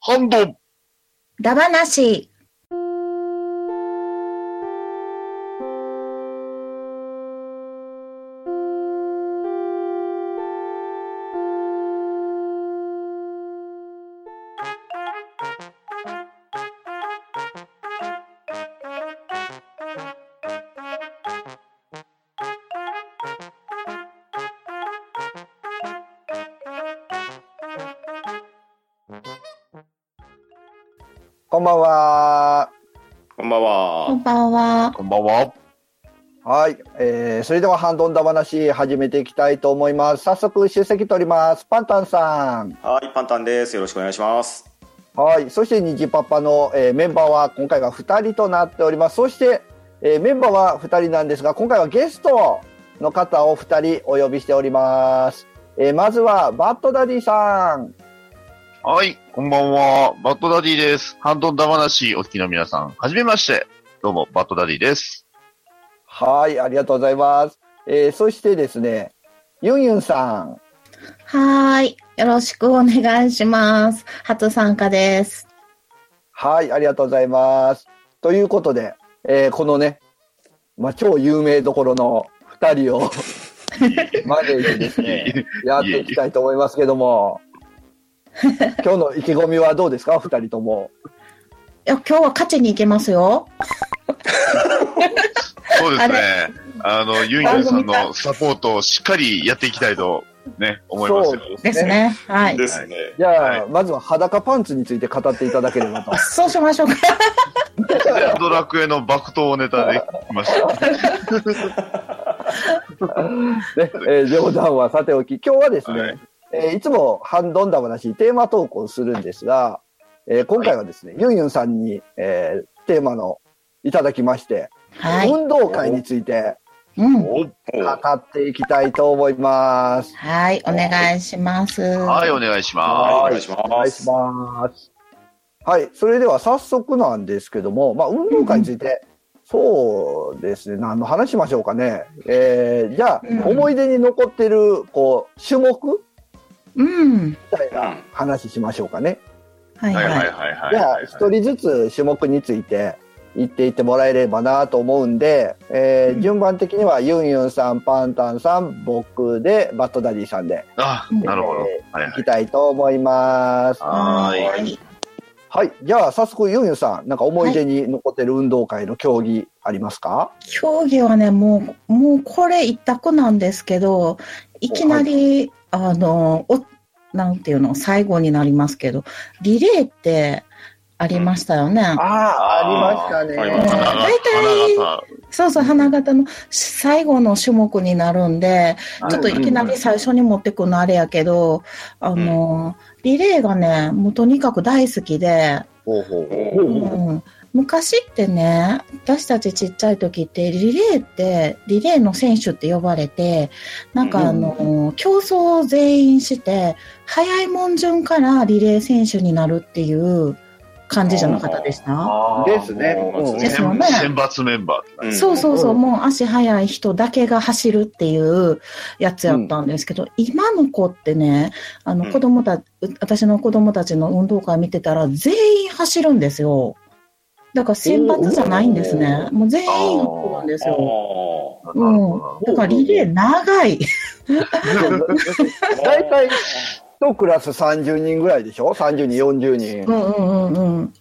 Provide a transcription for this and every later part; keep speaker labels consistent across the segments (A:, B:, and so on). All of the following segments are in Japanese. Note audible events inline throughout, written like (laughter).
A: ハンド。
B: だばなし。
C: こんばんは。
D: こんばん
B: こ
D: は
B: ん。ばんは。
A: こんばんは。
C: はい、えー、それではハンドンダ話始めていきたいと思います。早速出席取ります。パンタンさん。
D: はい、パンタンです。よろしくお願いします。
C: はい、そして虹パパの、えーメンバーは今回が2人となっております。そして、えーメンバーは2人なんですが、今回はゲストの方を2人お呼びしております。えーまずはバッドダディさん。
A: はい、こんばんは。バッドダディです。ハンドンダ話、お聞きの皆さん、はじめまして。どうも、バッドダディです。
C: はい、ありがとうございます。えーそしてですね、ユンユンさん。
B: はーい。よろしくお願いします。初参加です。
C: はい、ありがとうございます。ということで、えーこのね、まあ、超有名どころの2人
A: (laughs)
C: を招いてですね、やっていきたいと思いますけど
A: (laughs)
C: も、今日の意気込みはどうですか、2人とも。
B: いや、今日は勝ちに行けますよ。
A: そうですね。あの、ユンユンさん
B: 番
A: のサポートをしっかりやっていきたいと、ね、思いますよ。
C: そう
B: です。ね。はい。
D: ですね。
C: じゃあ、
A: はい
C: まずは裸パンツについて語っていただければと。
B: そうしましょうか。
A: ドラクエの爆投ネタで来ました。
C: ねえー冗談はさておき、今日はですね、
A: はい
C: いえーいつもハンドンダ話、テーマ投稿するんですが、えー今回はですね、ユンユンさんに、えーテーマのいただきまして、
B: はい。
C: 運動会について
B: うん。
A: お
D: お
C: 語
D: は
C: っていきたいと思います。
B: はい。お願いします。
A: はい、お
B: は
A: 願いし
D: い
A: ま
D: お願いします
C: お願いします。はい、それでは早速なんですけども、まあ、運動会について、そうですね、何の話しましょうかね。えーじゃあ、
B: うん
C: 思い出に残ってる、こう、種目
B: うん。
C: みたいな話しましょうかね。
B: はい
A: す。はいはい
B: は
A: はい
B: い。
A: はい。
C: じゃあ、一人ずつ種目について言っていってもらえればなと思うんで、えー
B: うん
C: 順番的にはユンユンさん、パンタンさん、僕で、バットダディさんで
A: あ、なるほど。はいはい
C: いきたいと思います。
A: はーい。
B: い。
C: はい。じゃあ、早速、ユンユンさん、なんか思い出に残ってる運動会の競技ありますか、
B: 競技はね、もう、もうこれ一択なんですけど、いきなり、あの、お、なんていうの、最後になりますけど、リレーってありましたよね。
C: ああー、ありました
D: ありまし
C: ね。
D: た
A: 花
B: 大体
A: 花形
B: そうそう、花形の最後の種目になるんで、ちょっといきなり最初に持ってくのあれやけど、あの、リレーがね、もうとにかく大好きで、
C: ほうほう
D: お
C: ほうほう。
B: うん、昔ってね私たちちっちゃい時ってリレーってリレーの選手って呼ばれてなんかあの、競争を全員して早いもん順からリレー選手になるっていう感じじゃなかったでした
C: ですね
D: うん
B: ですよね
A: 選抜メンバー。
D: ん
B: そうそうそう、
C: うん
B: もう足速い人だけが走るっていうやつやったんですけど、今の子ってね、あ
D: う
B: の
D: ん
B: 子供た、私の子供たちの運動会見てたら全員走るんですよ。だから選抜じゃないんですね。もう全員走るんですよ。
D: あ
B: うん。だからリレー長い。
D: ー
C: 大体一クラス30人ぐらいでしょ ?30 人、40
B: うん
C: 人。
B: うんうんうん。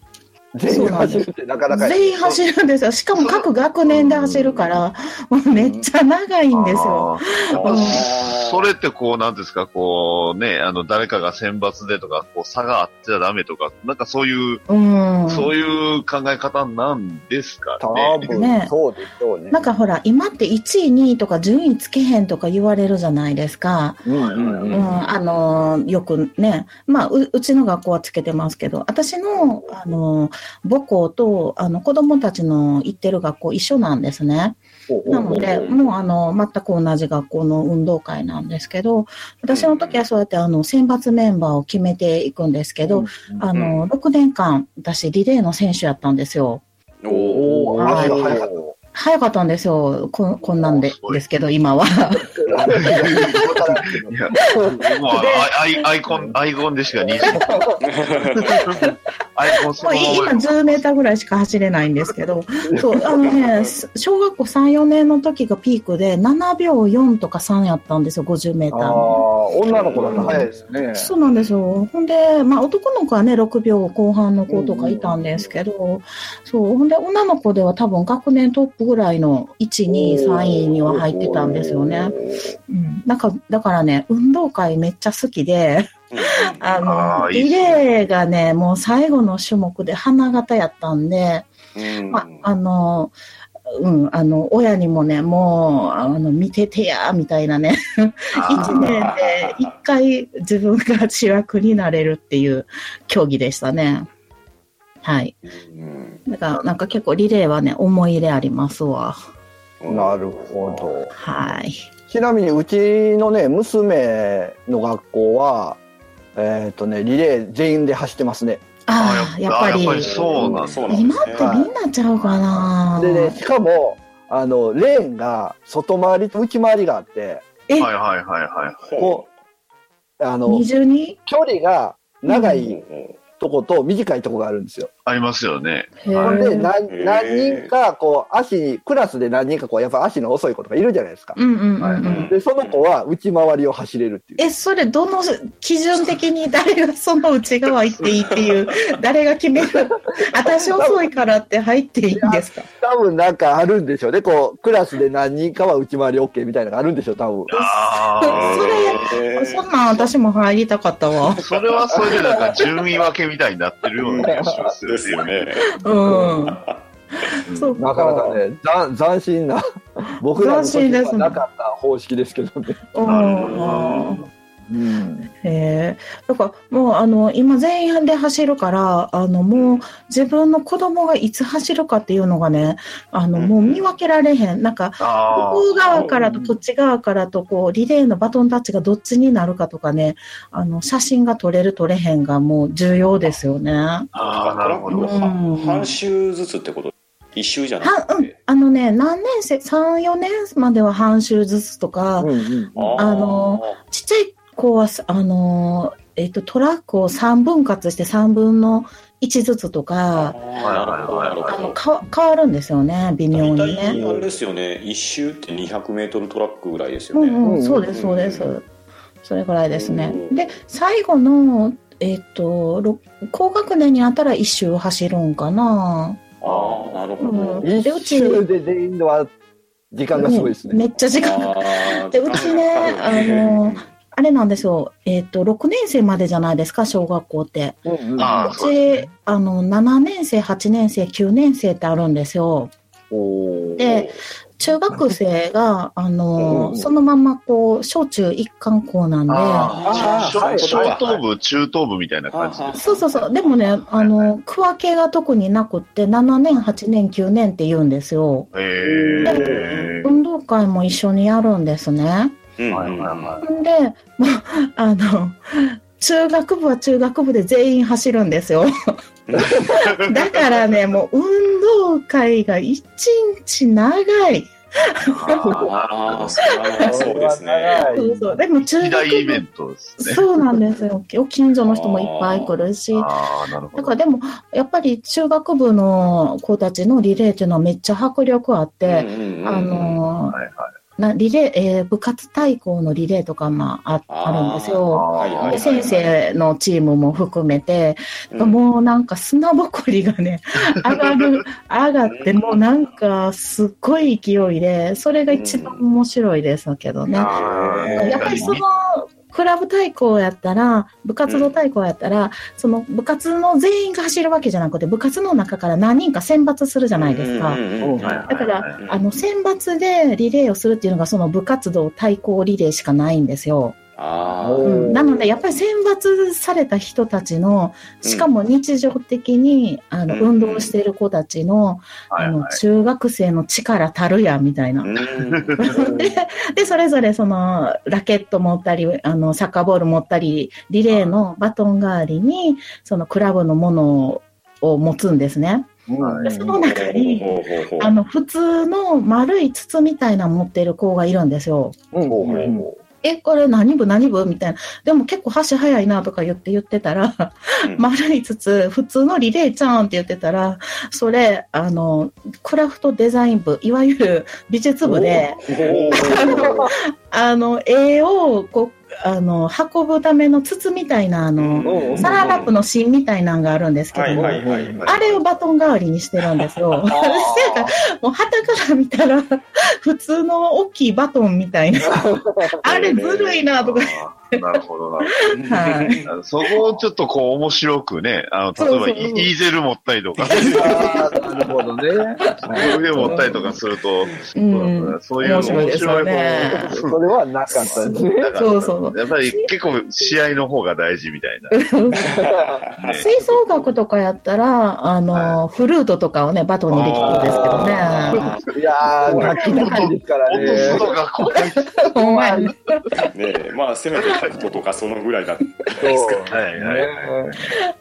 C: 全員走るってなかなか。
B: 全員走るんですよ。しかも各学年で走るから、もうめっちゃ長いんですよ。
A: あー
B: うん
A: それってこう、なんですか、こう、ね、あの、誰かが選抜でとか、こう、差があってはダメとか、なんかそういう、
B: うん。
A: そういう考え方なんですか
C: 多
A: ね。
C: 分、
B: ね
C: そうでしょうね。
B: なんかほら、今って1位、2位とか順位つけへんとか言われるじゃないですか。
C: うんうんう
B: うん、
C: ん。
B: あのーよくね。まあう、うちの学校はつけてますけど、私の、あのー母校と、あの、子供たちの行ってる学校一緒なんですね。
C: ほうほう
B: なので、もうあの、全く同じ学校の運動会なんですけど、私の時はそうやってあの、選抜メンバーを決めていくんですけど、あの、6年間、私、リレーの選手やったんですよ。
D: おー
C: おー足が速かっ
B: 早かったんですよ。ここんなんで
A: おすごい
B: ですけど、今は。
A: いや、
C: (laughs)
A: もうあのアイアイアイコン、アイコンでしか
B: (laughs)
A: 認識。アイコンそ
B: も
A: の
B: う
A: ま
B: 今
A: ま。
B: 10メーターぐらいしか走れないんです
A: (laughs)
B: けど、そう、あのね、す小学校3、4年の時がピークで、7秒4とか3やったんですよ、50メータ
C: あ
B: ー
C: あ
B: の。
C: 女の子だと早いですね。
B: そうなんですよ。ほんで、まあ男の子はね、6秒後半の子とかいたんですけど、そう、ほんで女の子では多分学年トップぐらいの1、2、3位には入ってたんですよね。うん。なんか、だからね、運動会めっちゃ好きで、あの
A: あーいいっ
B: リ
A: すね
B: レーがね、もう最後の種目で花形やったんで、まあの、うん、あの、親にもね、もう、あの、見ててや、みたいなね、
A: あ
B: 1
A: ー
B: 年で1回自分が主役になれるっていう競技でしたね。はい。だから、なんか結構リレーはね、思い入れありますわ。
C: なるほど。
B: はい。
C: ちなみにうちのね娘の学校はえっ、とねリレー全員で走ってますね。
B: ああ、やっぱ
A: あー
B: り
A: やっぱ、りそうなんだ
B: 今ってみんなちゃうかな。
C: でねしかもあのレーンが外回りと内回りがあって
B: え、
A: はいはいはいはい。
C: こうあの
B: 二重に
C: 距離が長
D: う
C: いとこと短いとこがあるんですよ。
A: ありますよね。
B: へ
A: うん
C: ほんで
B: ー
C: 何何人かこう足にクラスで何人かこうやっぱ足の遅い子とかいるじゃないですか。
B: うんうんうんう
A: はい
B: ん。
C: でその子は内回りを走れるっていう。
B: え、それ、どの基準的に誰がその内側行っていいって (laughs) いう、誰が決める、私遅いからって入っていいんですか
C: 多分なんかあるんでしょうね。こう、クラスで何人かは内回り OK みたいなのがあるんでしょう、多分。
A: あ
B: それそんなん私も入りたかったわ
A: あ。。それはそれでなんか順位分けみたいになってるような気がします
D: ですよね。
B: うん。そう
C: なかなかね、ざん斬新な、僕らの時
B: 斬新で
C: に
B: す
C: は
B: ね
C: なかった方式ですけどね。
B: うん。
C: うん。
B: へえ。だから、もう、あの、今全員で走るから、あの、もう、自分の子供がいつ走るかっていうのがね、あの、もう見分けられへん。なんか、
A: あ
B: ここ側からとこっち側からとこうリレーのバトンタッチがどっちになるかとかねあの写真が撮れる撮れへんがもう重要ですよね。は
A: あ、ああ、なるほど。
D: 半周ずつってこと一周じゃなく
B: うん
D: て。、
B: あのね何年生34年までは半周ずつとか、
C: うんうん。
B: ちっちゃい子はさあのー、えっと、トラックを3分割して3分の1ずつとか
D: なるほど、なる
B: あの
D: ほど。
B: か変わるんですよね微妙
D: 大
B: に
D: 体
B: ね。
D: あれですよね、一周って200メートルトラックぐらいですよ
B: う
D: ね。
B: んうん、
C: うん
B: そうです、そうです
D: う。
B: それぐらいですね
D: う。ん
B: で、最後の、えっ、と、ろ高学年になったら一周走るんかな。
D: ああ、なるほど。
B: うんでう
C: 一
B: ち
C: 周で全員のは、時間がすごいです
B: め
C: ね。
B: っちゃ時間。
D: ああ
B: でうちねあの
D: (laughs)
B: あれなんですよ。えっ、と、6年生までじゃないですか、小学校って。
C: うんうん
A: あ
B: う
A: そうで
B: ち、あの、7年生、8年生、9年生ってあるんですよ。で、中学生が、あ
C: う
B: の、
C: ん
B: そのまま、こう、小中一貫校なんで、
A: ああ、
C: あー
A: 小頭部、中頭部みたいな感じです。
B: そうそうそう。でもね、あの、区分けが特になくって、7年、8年、9年って言うんですよ。
A: へえ。
B: 運動会も一緒にやるんですね。
D: うん
A: はいはいは
B: んで、もう、あの、中学部は中学部で全員走るんで
A: (laughs)
B: すよ。だからね、もう運動会が一日長い。
D: ああ、それはそうですね。
B: そうそう。でも中
A: い。時
B: 学
A: 代イベ
B: 部、
A: ントですね。
B: そうなんですよ。お近所の人もいっぱい来るし、
A: ああ、なるほ
B: だか
A: ど
B: ら。でも、やっぱり中学部の子たちのリレーっていうのはめっちゃ迫力あって、あのー
A: はいは
B: なリレー、えー部活対抗のリレーとかもあ
D: あー
B: あるんですよ。
D: ー
B: で
A: い。
B: 先生のチームも含めて、
D: うん
B: もうなんか砂ぼこりが
D: (laughs)
B: ね、上がる、上がって、もうなんかすっごい勢いで、それが一番面白いですけどね。やっぱりそのクラブ対抗やったら部活動対抗やったら、その部活の全員が走るわけじゃなくて部活の中から何人か選抜するじゃないですか。だから、あの、選抜でリレーをするっていうのが、その部活動対抗リレーしかないんですよ。
D: あ
C: お
B: う
C: ー
B: ん、なので、やっぱり選抜された人たちの、しかも日常的に、あの、
D: うん
B: 運動している子たちの、
A: はい
B: あの
A: は、
B: 中学生の力たるや、みたいな
D: あ。うん
B: でで、それぞれそのラケット持ったり、あの、サッカーボール持ったり、リレーのバトン代わりに、そのクラブのものを持つんですね。
C: うん
B: その中に
D: ほうほうほう
B: あの普通の丸い筒みたいなの持ってる子がいるんですよ。
C: うん
D: ほうほう
C: うん
D: ほ
B: え、これ何部何部みたいな。でも結構箸早いなとか言って言ってたら、
D: ううん
B: 丸い筒、普通のリレーちゃうんって言ってたら、それ、あの、クラフトデザイン部、いわゆる美術部で、あの、絵を、こう、あの、運ぶための筒みたいな、あの、
D: うんうん
B: サランラップの芯みたいなのがあるんですけど
D: はい
B: も、
D: はいはいはい
B: あれをバトン代わりにしてるんですよ。
C: あー
B: もう旗から見たら、普通の大きいバトンみたい
D: (laughs)
B: な。あれずるいなとか。
A: あーなるほどな。
B: は
A: あのそこをちょっとこう面白くね、あの、例えば
B: そうそう
A: イイーゼル持ったりとか、
C: あーなるほどね。
A: (laughs) 腕持ったりとかすると、
B: うん。
A: そういう面白い
B: 面白いですよね
A: こう
C: それはなかったですね。
A: だから
B: そうそう
A: やっぱり結構試合の方が大事みたいな。ね
B: 吹奏楽とかやったら、あの、フルートとかをね、バトンにできるんですけどね。
C: いやー、楽器高いですから
A: 音
C: ね。
A: とがこう入って
B: ほんまやね
D: ねえまあせめてタクトとかそのぐらいだった
C: そう
A: はいはいはい
C: ね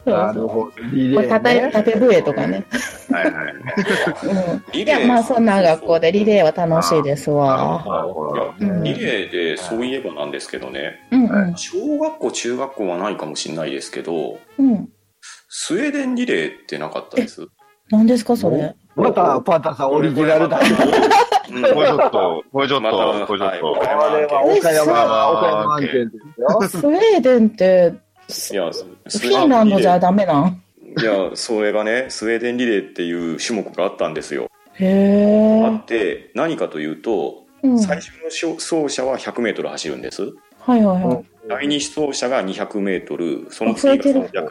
B: そう
C: なるほど。リ
B: こ
C: レ
B: れ
C: ー
B: 縦
C: ね。
B: 縦笛とかね。
A: はいはい。
B: う
D: リ
B: ん。いや、まあそんな学校でリレーは楽しいですわ。
A: なるほ
D: い
A: ど。
D: やリレーでそういえばなんですけどね
B: うんうん。
D: 小学校中学校はないかもしれないですけど
B: うん。
D: スウェーデンリレーってなかったです
B: 何ですか、それ。
C: また、パンタさんオリジナルだ。こ
D: うん
A: これちょっと、これちょっ
D: また
A: と、これちょっと。
C: れは岡山、岡山
A: は
C: 案
A: い
C: 件ですよ。
B: スウェーデンって、
D: い
B: フ
D: や
B: ィンランドじゃダメなん
D: いやそれがねスウェーデンリレーっていう種目があったんですよ
B: へ
D: あ
B: え
D: っ。て何かというと
B: うん
D: 最初のしょ走者は 100m 走るんです
B: はいはいはい。
D: 第二走者が 200m その
B: あ増え
D: 次が
B: てる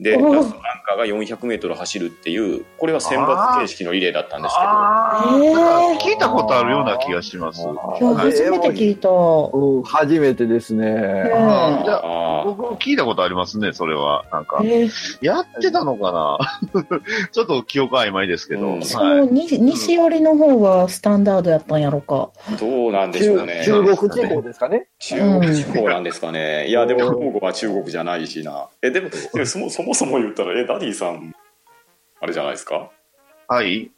D: 300m でラ
B: おー
D: ストランカーが 400m 走るっていうこれは選抜形式のリレーだったんです
A: あ
B: え
A: ー
B: ー
A: 聞いたことあるような気がします。
B: いや、初めて聞いた。う
C: うん初めてですね。
B: ん
D: け
A: いや
D: どあー
A: 僕も聞いたことありますね、それは。なんか、
B: えー
A: やってたのかな (laughs) ちょっと記憶曖昧ですけど。
D: う
A: は
D: ん
A: い
B: その西西寄りの方はスタンダードやったんやろか。
D: どうなんでしょうね
C: 中中国地方ですかね。
D: 中国地方なんですかねいやでも兵庫は中国じゃないしなえでもでもそもそもそも言ったらえダディさんあれじゃないですか
A: はい。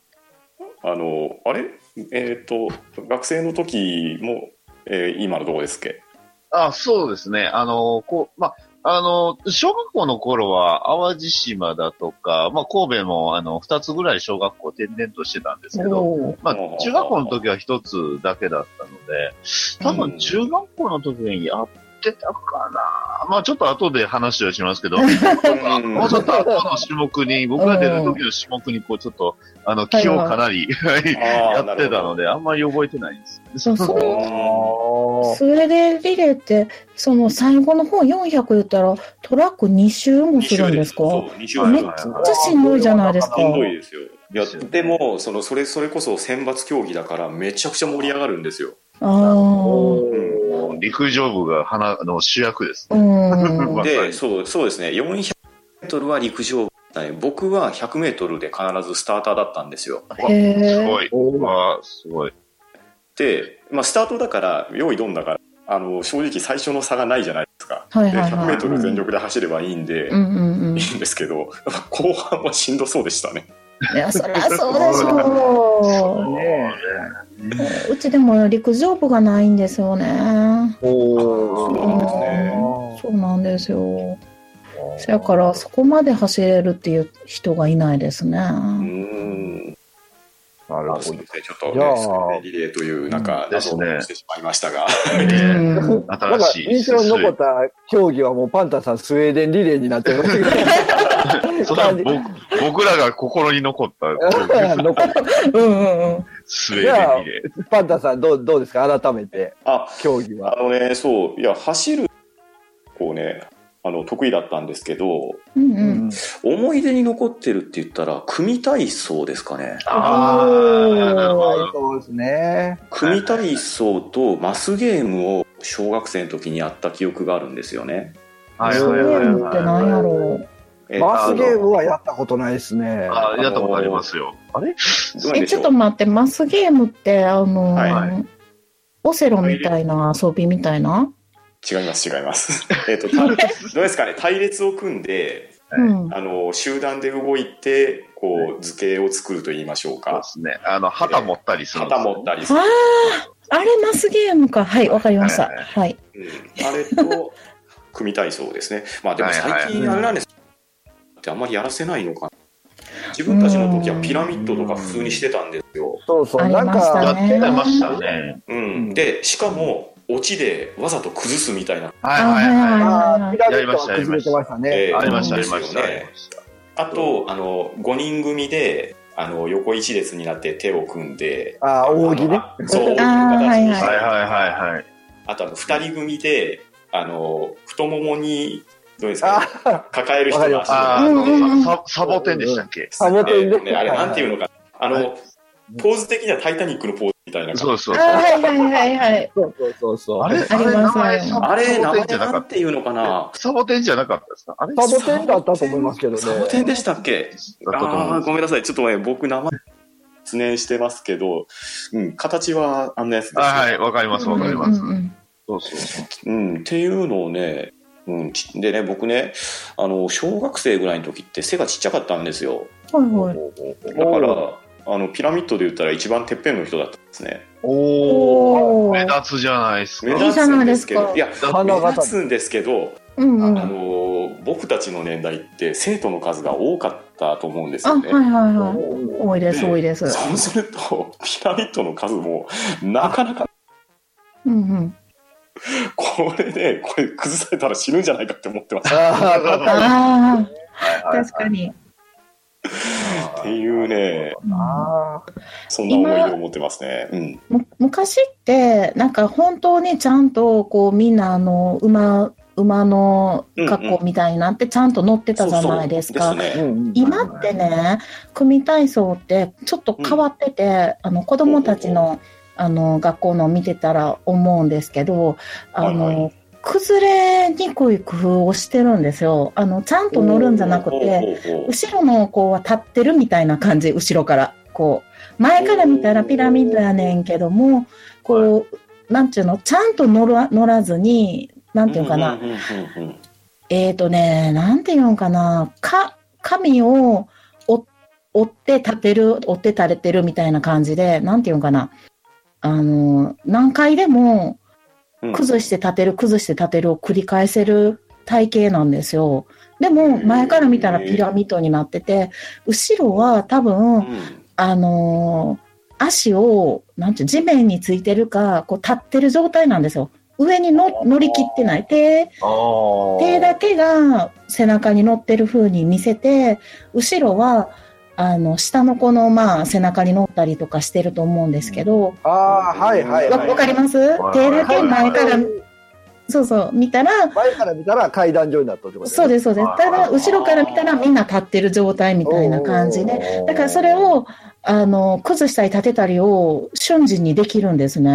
D: あのあれえっ、と学生の時も、えー今のどこですっけ
A: あ、そうですね。あの、こう、ま、あの、小学校の頃は、淡路島だとか、まあ、神戸も、あの、二つぐらい小学校転々としてたんですけど、
B: おー
A: まあ、中学校の時は一つだけだったので、多分中学校の時にやってたかな。まあ、ちょっと後で話をします
B: (laughs)
A: けど、もうちょっと後の種目に、僕が出る時の種目に、こう、ちょっと、あの、気をかなり、はい (laughs) やってたので、あんまり覚えてないです。
B: そうそう
D: あ
B: スウェーデンリレーって、その最後の方400言ったらトラック2周もするんですか
D: 2週間
B: めっちゃしんどいじゃないですか
D: しんどいですよいやでもそのそれそれこそ選抜競技だからめちゃくちゃ盛り上がるんですよ
B: ああ。
A: もう陸上部が花あの主役です。
B: (laughs) うん。
A: わか
D: で
A: る
D: そうそうですね 400m は陸上僕は 100m で必ずスターターだったんですよ
B: へ
A: す
B: え。
A: ごい。
C: おー
A: わあ、すごい。
D: で、まあ、スタートだから用意どんだからあの正直最初の差がないじゃないですか、
B: はい
D: で
B: はい (laughs) はい。
D: 100m 全力で走ればいいんで、
B: うんうんうん。
D: い
B: い
D: いんですけどやっぱ後半はしんどそうでしたね
B: や、そりゃそうでし (laughs) ょ
C: ね
B: う。うちでも陸上部がないんですよね。
C: お
D: そう
C: ー
D: なんですね
B: そうなんですよ。そやから、そこまで走れるっていう人がいないですね。
D: うーん
C: なる
D: まあす
C: ほ
D: い
C: ど
D: ま。せんちょっと
C: いやー
D: ねスクリーンリレーというなんか
A: ですね
D: 謎をしてしまいましたが、
B: うん
C: なん
A: 新
C: か
A: しい。
C: 印象に残った競技はもうパンタさんスウェーデンリレーになってましたけ
A: それは僕僕らが心に残った
C: ど残っ
B: うんうんうん。
A: スウェーデンリレー。
C: たパンタさんどうどうですか改めて
D: あ
C: 競技
D: あ
C: は。
D: のねそういや走るこうねあの得意だったんですけど
B: うんうん。
D: 思い出に残ってるって言ったら組体操ですかね
A: あーなるほ
C: はい
A: ど。
C: そうですね。
D: 組体操とマスゲームを小学生の時にやった記憶があるんですよね。
A: はい
B: ゲ
A: はいはい
B: ームって
A: は
B: なんやろ
D: えっと
C: マスゲームはやったことないですね
A: い。。あやったことありますよ。
C: あれ
D: ど
B: う。
D: うなん
B: え、
D: でし
B: ちょ
D: ょ
B: っ
D: う
B: と待って、マスゲームって、あのー
D: はい
A: は
B: オセロみたいな遊びみたいな
D: (laughs) 違います違います。えっとたどうですかね隊列を組んで
B: うん。
D: あの集団で動いてこう図形を作ると言いましょう
A: そうで
D: か
A: すね。あの、旗持ったりするんです
D: 旗
A: よ。
D: 持ったりす
B: あ
D: る、
B: あ、あれマスゲームか。はい、わかりました。
A: はい
B: はい。
D: うんあれと組体操ですねまあでも最近あれなんですってあんまりやらせないのかな自分たちの時はピラミッドとか普通にしてたんですよ、
C: そうそう、
B: あり
C: なん
B: ました
A: や
C: か
B: ね、
A: ってましたね。
D: うん、でしかもオチでわざと崩すみたいな
A: はいはいは
C: あーピラミッドが
A: やり
C: 崩
A: ま
C: れ
A: した
C: てましたね。
D: え
A: い。
D: ー
A: ありました、あ
D: で
A: り
D: す
A: ま
D: よ
A: した。あり
D: ね
A: ました
D: あとあの5人組であの横一列になって手を組んで
C: あー扇ね。
D: あのそう扇の
B: あー
D: 形に
A: は
D: し
A: い
D: た
A: はいはいはい。
D: あとあの2人組であの太ももにどうですか、ね、
C: (laughs) あ
D: 抱える人の足
A: あ
D: を
A: ー
B: うんうんうん
A: ササボテンでしたっけ
C: サボテンね
D: ねあれなんていうのかなあ
A: は
D: のポーズ的には「タイタニック」のポーズみたいな感じ
A: そうそ
B: あ
A: う
B: ー
A: そう。
B: はいはいはいはい。
C: そうそうそうそう。
A: あれ、
B: あ
A: あ
B: り
A: れ、
B: ま
A: 名
B: す
A: 前
B: あり
A: サボ
D: あれ名
A: テン
D: 前
A: じゃな
D: な
A: か
D: ん
A: って
D: いうのかな
A: た。サボテンじゃなかったですかあれ
C: サボテンだったと思いますけどね。
D: サボテンでしたっ
A: だ
D: け
A: ったと思
D: あ
A: う
D: あ
A: ん
D: ー
A: です
D: ごめんなさいちょっとね僕名前失念してますけど、うん、形はあんなやつです、
A: あはい、わかります、わかります。
B: うんうんうん
A: そうそうそう。
D: うん、っていうのをね、うん、ちでね僕ねあの小学生ぐらいの時って背がちっちゃかったんですよ
B: はいはい。
D: だからあのピラミッドで言ったら一番てっぺんの人だったんですね
A: おー、
B: お
A: 目
B: ー。
A: 立つじゃないです
D: 目
A: か。
B: いい
D: 立
B: じゃ
D: つ
B: ない
D: ん
B: で
D: ですす
B: か
D: けどいや
C: 花
D: 目
C: 形
D: 立つんですけど、
B: うんう
D: あ
B: ん。
D: の
B: あ、
D: ー僕たちの年代って生徒の数が多かったと思うんです
B: は
D: よ
B: い
D: ね、
B: はいはい。多いです、多いです。
D: そうするとピラミッドの数もなかなか
B: うんうん。
D: これでこれ崩されたら死ぬんじゃないかって思ってます
C: あー
B: あ
A: はい
B: あ、
A: はい
B: 確かに。
D: っていうね
C: あ
D: そんな思い出を持ってますね、うん、
B: む昔って、なんか本当にちゃんと、こう、みんな、あの、馬、馬の格好みたいになって、ちゃんと乗ってたじゃないですか。
D: そうそうです
C: ー、うん
D: ね
C: うん
B: 今ってね、組体操ってちょっと変わってて、あの子供たちのあの学校の見てたら思うんですけど、あの、
D: はいは
B: 崩れにくい工夫をしてるんですよ。あの、ちゃんと乗るんじゃなくて、
D: ほうほうほう
B: 後ろの子は立ってるみたいな感じ、後ろから。こう、前から見たらピラミッドやねんけども、こう、なんちゅうの、ちゃんと乗ら乗らずに、なんていうかな、
D: んんうんうん
B: えーとね、なんていうんかな、か、紙を折折って立てる、折って垂れてるみたいな感じで、なんていうんかな、あの、何回でも
D: うん
B: 崩して立てる、崩して立てるを繰り返せる体型なんですよ。でも、
D: うん
B: 前から見たらピラミッドになってて、後ろは多
D: う
B: 分、
D: ん
B: あのー足を、なんていう、地面についてるか、こう立ってる状態なんですよ。上にの乗り切ってない。手
A: あー
B: 手だけが背中に乗ってる風に見せて、後ろは、あの、下の子の、まあ、背中に乗ったりとかしてると思うんですけど、
C: あーはいはい
B: わ、
C: はい。
B: わかります、
A: はい
B: 手だけ前か
A: す
B: ら、そうそう、見たら、
C: 前から見たら階段状になったってこと
B: そうです、そうです。た
A: はい
B: だ、後ろから見たらみんな立ってる状態みたいな感じで、
A: おー
B: だからそれを、あの、崩したり立てたりを瞬時にできるんですね。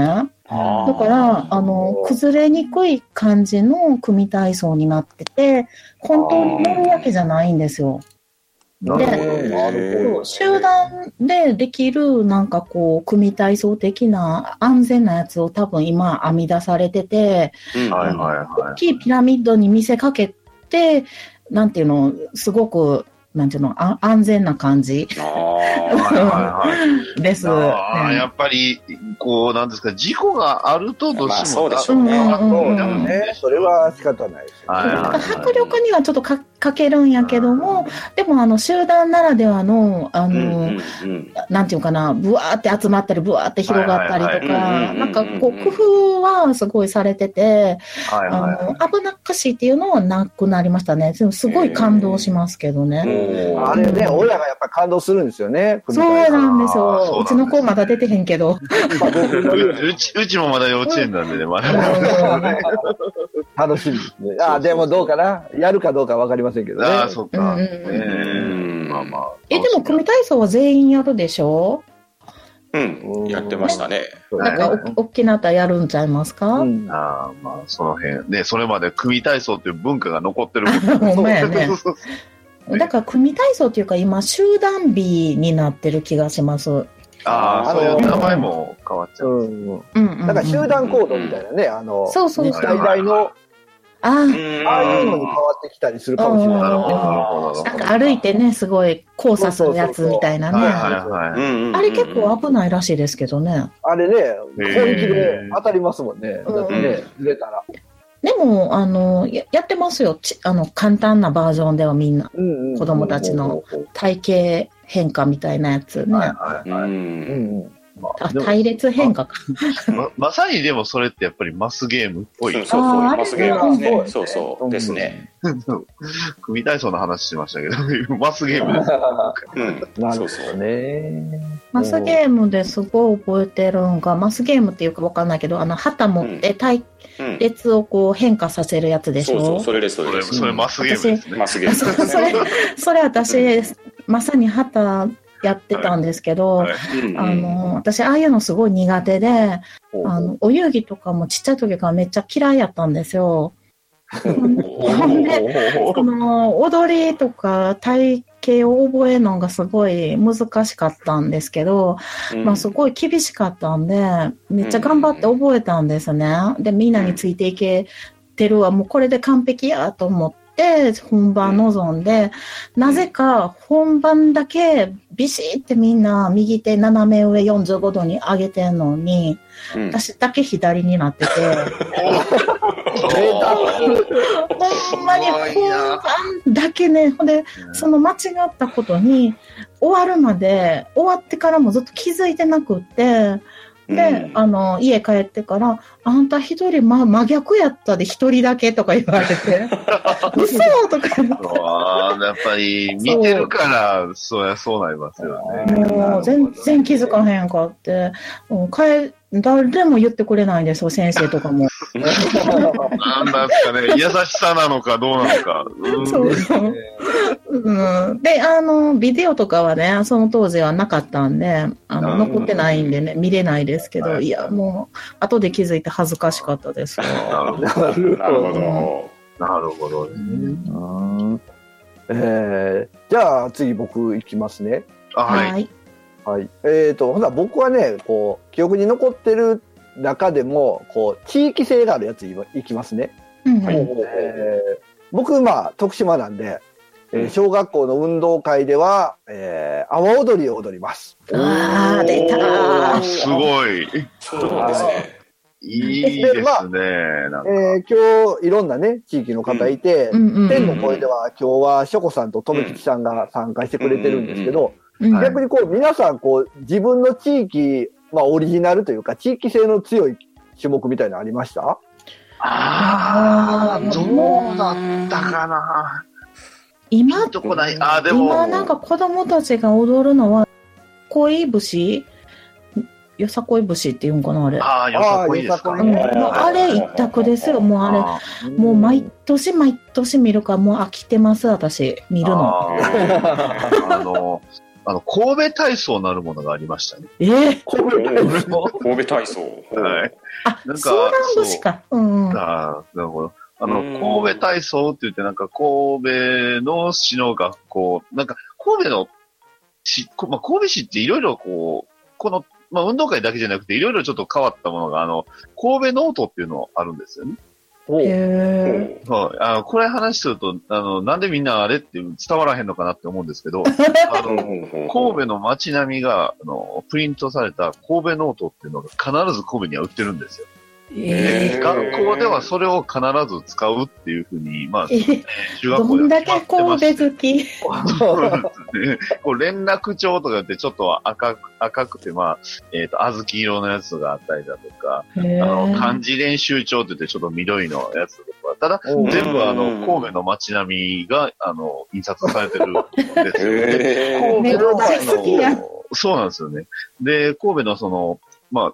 D: あ
B: だから、あの、崩れにくい感じの組体操になってて、本当に乗るわけじゃないんですよ。
A: な
B: で
A: るほど
C: なるほ
B: そ
C: ど
B: う集団でできるなんかこう組体操的な安全なやつを多分今編み出されてて
D: うん
A: はいはいは
B: 大きいピラミッドに見せかけてなんていうのすごくなんていうのあ安全な感じ
A: い。
D: あ
A: はいはいはい。
B: です。
A: ああ、や
B: ね
A: っぱり、こう、なんですか、事故があるとどうしても、
D: まあそうでし
B: う
D: ょ
B: んう
D: ね
C: そ
B: んう
C: うで
A: だ
C: も
B: ん
C: ね、それは仕方ないですよね。
A: はいはい
B: 迫力にはちょっとかかけるんやけども、でもあの集団ならではの、あ
D: うんう
B: の、
D: んうん
B: なんていうかな、ぶわーって集まったり、ぶわーって広がったりと
D: はい
B: か、
D: はいはい
B: なんかこ
D: うんうんうん
B: う、工夫はすごいされてて、
A: はい
B: あ
A: は
B: の、危なっかしいっていうのはなくなりましたね。でもすごい感動しますけど
A: い。おー
B: ね。
C: あれね、親がやっぱ感動するんですよね。
B: そうなんです
A: あーそうなん
B: よ。う
A: です
B: ちの子まだ出てへんけど。
A: ううち、うちもまだ幼稚園なんでね、まだ。
C: 楽しみですね。あー、でもどうかな。やるかどうかわかりませんけどね。
A: ああ、そっか。
B: うん
A: ね
B: うん
D: う
A: え
D: ん
A: まあまあ。
B: え、でも組体操は全員やるでしょ
D: うんやってましたね
C: そう
A: は
C: ね
A: い
B: なんかお、大きなったやるんちゃいますか
C: う
B: ほん
C: ん
A: ああ、まあ、その辺。ね、それまで組体操っていう文化が残っ
B: (laughs)
A: てるもんね。
B: まやね
A: そう。そうそう
B: だから組体操っていうか今、集団美になってる気がします。うん
A: ああ、そういう名前も変わっちゃう。
B: う
C: うん。
B: んうん。
C: なんか集団行動みたいなね、あの、
B: そうそう
C: 日
B: そう
C: 体大の
B: あ
D: う
B: ー
D: ん
C: ああいうのに変わってきたりするかもしれない。
A: なるほど、なるほど。
B: なんか歩いてね、すごい交差するやつみたいな
A: はい
B: ね。
A: はい
D: うん
A: はい。
D: うんうん
B: あれ結構危ないらしいですけどね。
C: あれね、
A: へー
C: 本気で当たりますもんね。
B: うん
C: だってね、ずれたら。
B: でも、あの、ややってますよ。ちあの、簡単なバージョンではみんな。
C: うんうん
B: 子供たちの。体型変化みたいなやつね。
A: はいはいうはい。
C: うんんうん。
B: あ、
A: でも
B: 隊列変化か。
A: ままさにでもそれってやっぱりマスゲームっぽい。
D: そうそう、
B: あー
D: マスゲームです
C: あ
D: ね。
C: れ
D: そうそう、ですね。
A: 組体操の話しましたけど、 (laughs) マスゲームです。
D: う
C: (laughs)
D: ん。
C: な
D: そ
C: る
D: うそ
C: ほど
D: う。
C: ね。
B: マスゲームですごい覚えてるんが、マスゲームっていうかわかんないけど、あの、旗持って隊
D: うん。
B: 列をこう変化させるやつでし
D: そうそう、
B: ょ
D: それです、そ
A: そ
D: れ
A: れ、
D: です。
A: それマスゲームですね。
D: マスゲームですね。
B: それそれ私、まさに旗やってたんですけど、
A: はい
D: うん
B: あの、私、ああいうのすごい苦手で、あの、お遊戯とかもちっちゃい時からめっちゃ嫌いやったんですよ。ほんでその、踊りとか体型を覚えるのがすごい難しかったんですけど、
D: うん
B: まあすごい厳しかったんで、めっちゃ頑張って覚えたんですね。で、みんなについていけてるわ、もうこれで完璧やと思って、本番臨んで、なぜか本番だけビシってみんな右手斜め上45度に上げてんのに、
D: うん
B: 私だけ左になってて、ほんまに本番だけね、ほんで、その間違ったことに、終わるまで、終わってからもずっと気づいてなくって、で、
D: うん
B: あの、家帰ってから、あんた一人、ま、真逆やったで一人だけとか言われ (laughs) て、嘘とか言って
A: ああ、やっぱり見てるから、そうや、そうなりますよね。
B: もう全然気づ
C: (laughs)
B: かへんかって、もう帰誰も言ってくれないんですよ、先生とかも。
A: なんなんです (laughs) かね、優しさなのかどうなのか。うん
B: そうそう。うん、で、あの、ビデオとかはね、その当時はなかったんで、あの
A: うん
B: 残ってないんでね、見れないですけど、
A: はい
B: いや、もう、後で気づいて恥ずかしかったですよ。
A: なるほど
C: なる
D: なるほ
A: な
D: ど。
A: るほど。
C: どうん。えーじゃあ次僕行きますね。
A: あはい。
B: い。
C: はい。えっ、と、ほな僕はね、こう、記憶に残ってる中でも、こう、地域性があるやついわいきますね。
B: うん
D: はい
C: えー僕、まあ、徳島なんで、えー
D: うん
C: 小学校の運動会では、えー、阿波踊りを踊ります。
B: あー出た
A: あすごい。
D: そうなんですね。
A: いいですね。なん
C: え
A: か
C: ー今日、いろんなね、地域の方いて、
B: うんうん
C: 天の声では今日はしょこさんととめきちさんが参加してくれてるんですけど、
B: うん
A: はい
C: 逆にこう皆さんこう自分の地域、まあ、オリジナルというか地域性の強い種目みたいなのありました
A: ああ、どうだったかな。ピ
B: 今
A: ン、とこない。ああ、で
B: 今
A: も、
B: なんか子供たちが踊るのは、恋節よさこい節って言うんかな、あれ。
A: ああ、よさこいです
C: あ
A: か
B: う
C: ー
B: ん、
C: よ
B: もう
C: さこい
B: あれ一択ですよ、もうあれ。
A: あ
B: もう毎年毎年見るから、もう飽きてます、私、見
A: ー
B: るの。
A: あーあの、あの、神戸体操なるものがありましたね。
B: えー、
D: 神戸体操。
A: はい
B: あ
A: なん、か
B: 相談節か。うんうん。
A: あーなるほど。あ
D: うん
A: の、神戸体操って言って、なんか神戸の市の学校、なんか神戸の市、こまあ、神戸市っていろいろこう、この、まあ、運動会だけじゃなくて、いろいろちょっと変わったものが、あの、神戸ノートっていうのあるんですよね。
B: へ
D: お
B: え。
D: ー
A: はい。あの、これ話すると、あの、なんでみんなあれって伝わらへんのかなって思うんですけど、あの、神戸の街並みが、あの、プリントされた神戸ノートっていうのが必ず神戸には売ってるんですよ。
D: へー
A: 学校ではそれを必ず使うっていうふうに、まあ、
B: え
A: 中学
B: ど
A: 校
B: ん
A: では
B: だ
A: 決ま
B: け
A: ってま
B: 神
A: す。
B: 戸好き。
A: ねこう連絡帳とかってちょっと赤く、赤くて、まあ、えっ、と、小豆色のやつがあったりだとか、
B: へ
A: あの、
B: ー
A: 漢字練習帳って言ってちょっと緑のやつとか、ただ、
C: おう
A: 全部あ
D: うん
A: の、神戸の街並みが、あの、印刷されてるん
D: (laughs)
A: ですよね。
D: へー
A: 神
B: めっ
A: 戸
B: ち
A: の
B: ゃ好きや
A: あのそうなんですよね。で、神戸のその、まあ、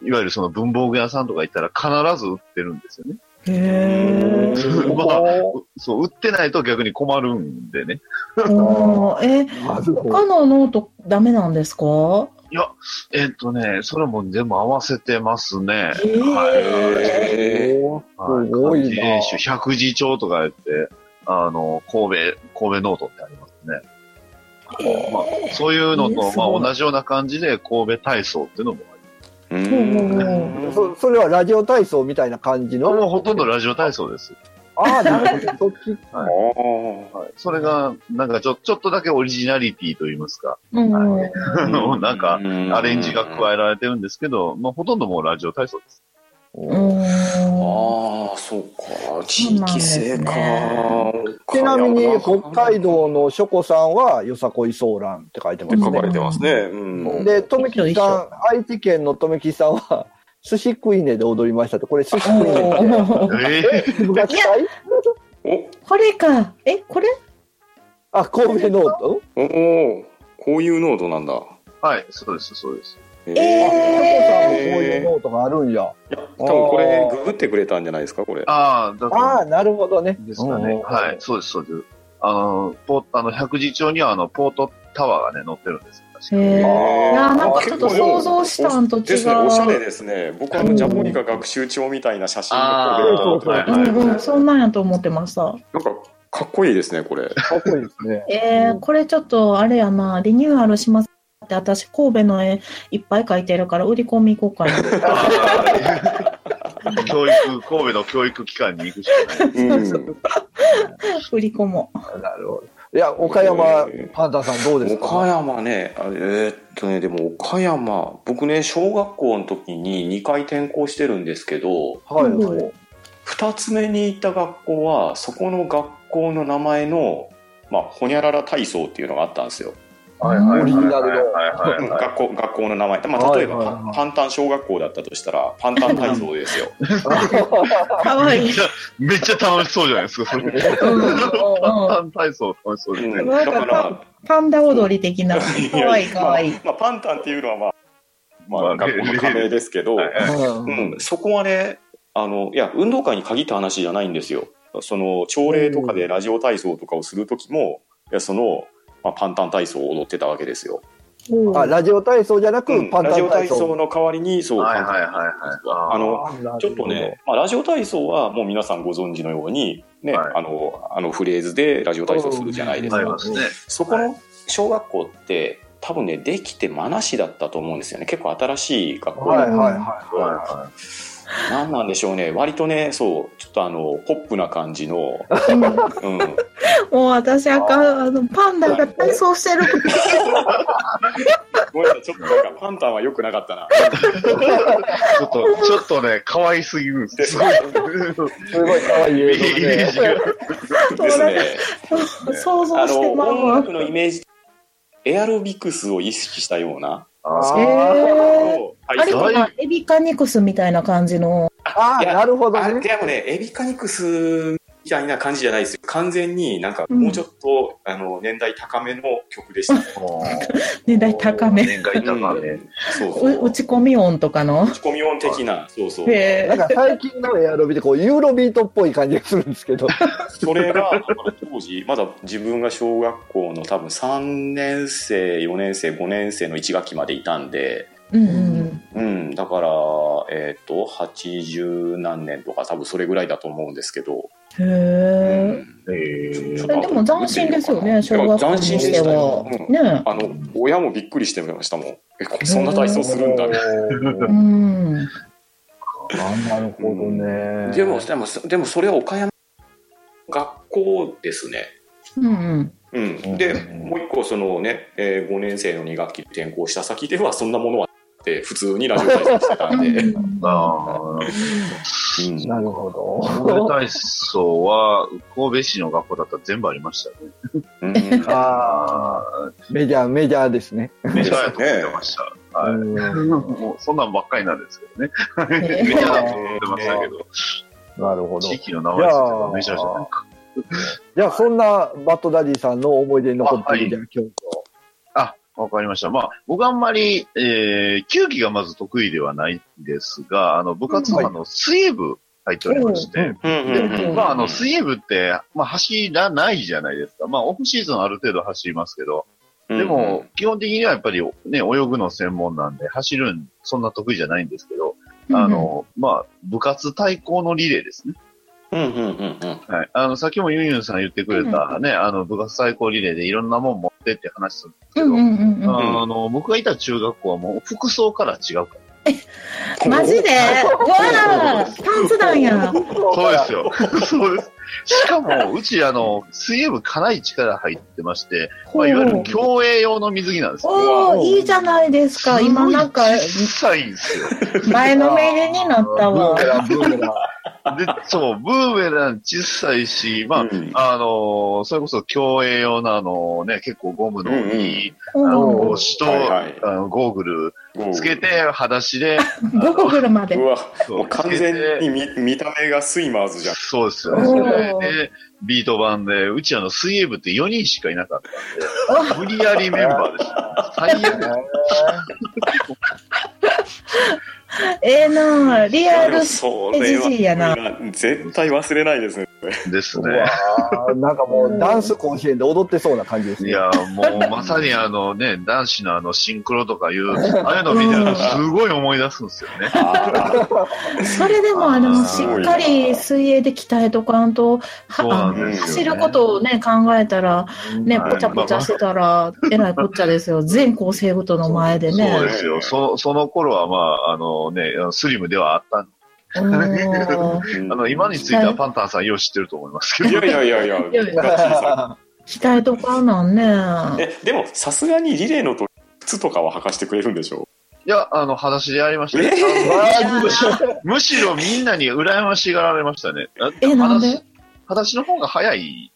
A: いわゆるその文房具屋さんとか行ったら必ず売ってるんですよね。
B: へー
A: まあ、そう、売ってないと逆に困るんでね。
B: おーえ、
C: なるほど
B: 他のノートダメなんですか
A: いや、えっ、とね、それも全部合わせてますね。
B: えー
A: はい。
D: へー
C: お
A: は
C: ーすごい
A: 漢字練習、
C: な。
A: 百字帳とかやって、あの、神戸、神戸ノートってありますね。
B: えー
A: まあ、そういうの
B: えー
A: と、
B: す
A: ま
B: ごい
A: あ、同じような感じで、神戸体操っていうのもあり
D: うん
B: へうん
C: そそれはラジオ体操みたいな感じ
A: もう
C: の。
A: ほとんどラジオ体操です。
C: ああ、なるほど。そっち。
D: あー
A: はい、それが、なんかちょ、ちょっとだけオリジナリティと言いますか、
B: うん
A: はあの (laughs) なんか、
D: うん
A: アレンジが加えられてるんですけど、まあ、ほとんどもうラジオ体操です。
B: うん
D: ああ、そうか。地域性か。
C: ちなみに、北海道のショコさんは、よさこいソーランって書いてま
D: です書か
C: ね。
D: れてますね。うん。
C: で、とめき
B: 一緒
C: さん、愛知県のとめきさんは、 (laughs) 寿司食いねで踊りましたって、これ寿司食いねって。
A: え
C: え部活祭
D: お、
B: これか。え、これ
C: (laughs) あ、神戸ノート
D: おお、こういう濃度なんだ。
A: ーはい、そうです、そうです。
D: え
C: ショコさんもこういう
D: え
C: ノートがあるんや。
D: ー、多分これ、ググってくれたんじゃないですか、これ。
A: ああ、だ
C: あ
A: か
C: あ、なるほどね
A: ら。ですか
C: うんうん
A: ね
C: う。ん
A: はい、そうです、そうです。あの、ポあの百字町にはあのポートタワーがね、乗ってるんです。確かに
B: へーいや
D: あー
B: なんかちょっと想像したんと違う
D: ですね、おしゃれですね。僕はあのジャポニカ学習帳みたいな写真
A: あ
D: の方
A: ー
D: で、
A: はい
B: うんうん、そんなんやと思ってました。
D: なんかかっこいいですね、これ。
C: かっこいいですね。
B: えー、これちょっとあれやな、リニューアルしますって、私、神戸の絵いっぱい描いてるから、売り込み行こうか (laughs) な。
A: 教育、神戸の教育機関に行くしかない。
B: (laughs)
D: うん
B: 売り込もう。
C: (laughs) なるほど。いや、岡山パンダさんどうですか
D: 岡山ね、あえーっとね、でも岡山、僕ね、小学校の時に2回転校してるんですけど、
C: はいはい。
D: 2つ目に行った学校は、そこの学校の名前の、まあ、ほにゃらら体操っていうのがあったんですよ。
A: はい
B: はい
C: はい
A: は
D: うん
A: いはい。
D: 学校、学校の名前。まあ、例えば、
C: はいはいはい
D: パンタン小学校だったとしたら、パンタン体操ですよ。
B: かわいい。
A: めっちゃ楽しそうじゃないですか、それ。
B: うんうん
A: パン体操楽しそう
D: う
A: です
C: (laughs)
D: ん
A: ね。
D: だから、
B: パンダ踊り的 (laughs) な。
D: い
B: か
D: や
B: わいいかわいい。
D: まあ、まあパンタンっていうのは、まあ、ま
A: まあ
D: あ、学校の加盟ですけど、
A: はいはい
D: うん、そこはねあのいや運動会に限った話じゃないんですよその朝礼とかでラジオ体操とかをする時も、いやその、まあ、パンタン体操を踊ってたわけですよ、
C: (laughs) あ、ラジオ体操じゃな
D: う
C: く、
D: ん
C: パン
D: ラ
C: ダ
D: ジオ体
C: 体
D: 操
C: 操。
D: の代わりにそう、
A: はいはい
D: パン
A: はい
D: タン体操
A: はい。
D: あの
C: の
D: ちょっとね、まあ、ラジオ体操はもう皆さんご存知のように、ね
A: はい
D: あのあのフレーズでラジオ体操するじゃないです
A: あ
D: か、
A: りますね。
D: そこの小学校って多分ねできてまなしだったと思うんですよね結構新しい学校
C: はいはいはい
A: はい
C: は
A: は。
D: なんなんでしょうね割とねそうちょっとあのポップな感じの、
B: うん
D: うん、
B: もう私あかんあのパンダが体操してる
D: ごめんなさいちょっとなんかパンタンは良くなかったない
A: ちょっと、ちょっとね、可愛すぎるんですよ。
C: い。すごい可愛い
A: イメ
C: 映像
A: ージ
C: で。
A: が。
D: ですね
B: 想
D: あ
B: 像し
D: の
B: てまう
D: 音
B: わ
D: 楽のイメージエアロビクスを意識したような
A: あ
B: えー、あれ
D: 体操
B: かなエビカニクスみたいな感じの。
C: ああ、なるほど
D: あれ
C: ね。
D: でもねエビカニクスみたいな感じじゃないですよ完全になんか
B: うん
D: もうちょっと、あの年代高めの曲でした、ね
B: 年代高め。
A: 年代高
D: う (laughs)
A: め。
D: んそうそう
B: う打ち込み音とかの
D: 打。ち込み音的なそうそう
B: へ
C: なんか最近のエアロビでこうユーロビートっぽい感じがするんですけど。
D: それがだから当時まだ自分が小学校の多分3年生4年生5年生の1学期までいたんで、
B: ーうんうん
D: うん、だから、えっと80何年とか多分それぐらいだと思うんですけど、
B: うん。
D: う
B: へえ。
D: ん
A: えー
B: えでも斬新ですよね、小学校にしては。
D: うん
B: ね
D: あの親もびっくりしてましたもんえこそんな体操
C: (laughs)
D: するんだみたいな
B: え。うん。
C: あなるほどね。
D: でもでもでもそれは岡山学校ですね
B: うん
D: うん、
A: う
D: で、
A: ん
D: もう一個そのね、えー、5年生の2学期転校した先ではそんなものはって普通にラジオ体操してた
B: うん
D: で、う
B: ん。
D: ん
A: ああ。
C: なるほ
A: 神戸
C: ど。
A: 体操は、神戸市の学校だったら全部ありましたね。
D: うん
C: ああ、メジャー、メジャーですね。
A: メジャーやと思ってました。はい
C: うん
A: もうそんなんばっかりなんですけどね。メジャーだと思ってましたけど、
C: なるほど
A: 地。域の名前ついてもメジャーじゃないか。
C: じゃあ、そんなバッドダディさんの思い出に残ってるじゃん、今日。
A: あ、わかりました。まあ、僕あんまり、えー、球技がまず得意ではないんですが、あの、部活
C: はい
A: のあの、水泳部入っておりまして、
D: うんうんうん
A: まあ、あの、水泳部って、まあ、走らないじゃないですか。まあ、オフシーズンある程度走りますけど、でも、、基本的にはやっぱりね、泳ぐの専門なんで、走るん、そんな得意じゃないんですけど、あの、まあ、部活対抗のリレーですね。
D: うんうんうんうん
A: はい。あの、さっきもユンユンさん言ってくれたね、あの、部活対抗リレーでいろんなもん持ってって話するんですけ
B: う
A: ど、
B: んうんうんうん。
A: あの、僕がいた中学校はもう服装から違うから。
B: マジでうわーパンツ団やん。
A: そうですよ。そうです。しかも、うち、あの、水泳部かなり力入ってまして、まあ、いわゆる競泳用の水着なんですよ。
B: おー、いいじゃないですか。今なんか、
A: 小さいんですよ。
B: 前のめりになった
C: ブー
B: わ
C: メ。ラン、ブーメラン。
A: で、そう、ブーメラン小さいし、まあ、
D: うん
A: あのーそれこそ競泳用のあのね、結構ゴムのいい、
B: う
A: あの、
B: ん
A: 帽子と、
D: はいはい
A: あのゴーグルつけて、裸足で、
B: ゴーグルまで
D: う。わ、
A: そう
D: もう完全に見見た目がスイマーズじゃん。
A: そうですよ
B: お
A: ね。
B: ー
A: で、ビート版で、うちあの、水泳部って4人しかいなかっ
B: お
A: た。無理やりメンバーでした。最悪
C: ね
B: ええなあリアル
D: そ
B: えじじいやな。
D: 絶対忘れないですね。
A: です
C: う
A: ね。
C: わーなんかもうダンス甲子園で踊ってそうな感じです
A: い
C: ね。
A: や、もうまさにあのね、男子のあの、シンクロとかいう、ああいうの見てるとすごい思い出すんですよね。
B: それでもあ
A: あー
B: のし
A: す
D: ごい
B: っ
D: な
B: かり水泳で鍛えとかんと
A: そう
B: は
A: な
B: あ
A: ん
B: の
A: ですよ、
B: 走ることをね考えたらね
A: はい
B: ぽちゃぽちゃしてたらえらいこっちゃですよ全校生徒の前で
A: そうで
B: ね
A: すよ。そその頃は、まあ、あのね、スリムではあったん
B: うん
A: あの、今についてはパンタンさんよう知ってると思いますけ
B: (laughs)
D: い
A: ど
D: や。いやいやいや、
B: やいや
D: ガチさ
B: 鍛えとかなんね
D: え、でも、さすがにリレーの時、靴とかは履かしてくれるんでしょ
A: いや、あの、裸足でやりましたよ
D: え
C: マジで
A: むしろみんなに羨ましがられましたね。だって
B: えなん
A: 裸
B: で
A: 足裸足の方が早い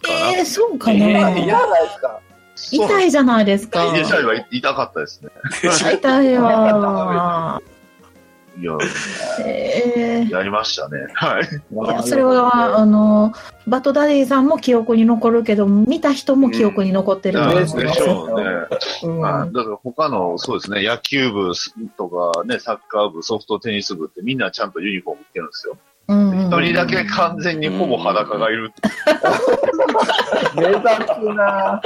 A: かな。
B: えーそうか
D: え
B: な
D: ー
C: 嫌じ (laughs) ゃないですか。
A: そう
B: 痛いじゃないですか
A: 痛い痛いは痛かったですね。
B: 痛いわ
A: いや、
B: えー
A: やりま
B: (laughs)
A: したね。はい。
B: いやそれはあのバトダディさんも記憶に残るけど見た人も記憶に残ってる
C: ん
B: と思
A: で
B: い
A: し
B: ます
A: ょうね。
B: うん
A: まあ、だから他の、そうですね、野球部とかね、サッカー部、ソフトテニス部ってみんなちゃんとユニフォーム着てるんですよ。
B: うんうん
A: 一人だけ完全にほぼ裸がいるって
C: 目立つな。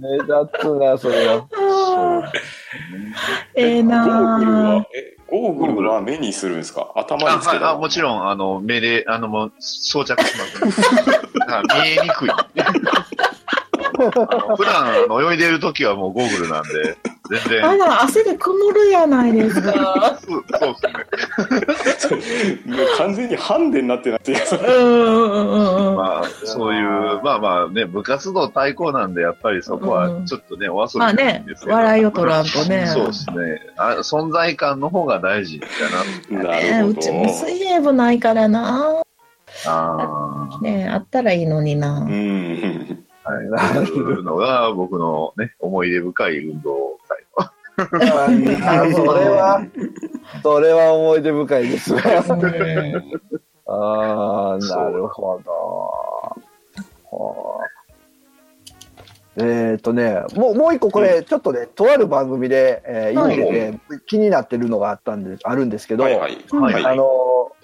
C: 目立つな、それは。
B: あーええ
D: ゴーグル
B: な
D: は、え、ゴーグルは目にするんですか頭
A: あ、
D: につ
A: は
D: け
A: い、
D: た
A: あもちろん、あの、目で、あの、もう、装着します、 (laughs) あ見えにくい。 (laughs) あの普段、あの泳いでる時はもうゴーグルなんで、全
B: あ
A: 然、
B: ら、汗で曇るやないです
A: (laughs)
B: か。
A: そうそうですね。
D: もう完全にハンデになってないっていう
B: (laughs)
D: か
B: うんうんうんうん。
A: まあ、そういう、まあまあね、部活動対抗なんで、やっぱりそこはちょっとね、お遊び
B: まあ
A: なん
B: ね
A: です、けど。
B: 笑いを取らんとね。
A: そうですねあ。存在感の方が大事だ
D: な
B: ね
D: るほ
B: う
D: ど。
B: ちも水泳部ないからな。
A: な。
B: (laughs)
A: あ
B: ねあったらいいのにな。
D: うん。
A: あ。はい。というのが僕のね、思い出深い運動会。
C: あそれは、それは思い出深いです。
B: うん
C: ああ、なるほど。はあえっ、とね、もう、もう一個これ、ちょっとね、とある番組で、えー、
B: はい
C: 読んでて、気になってるのがあったんで、あるんですけど、
D: はいはい。
B: はい
D: はい
C: あのー、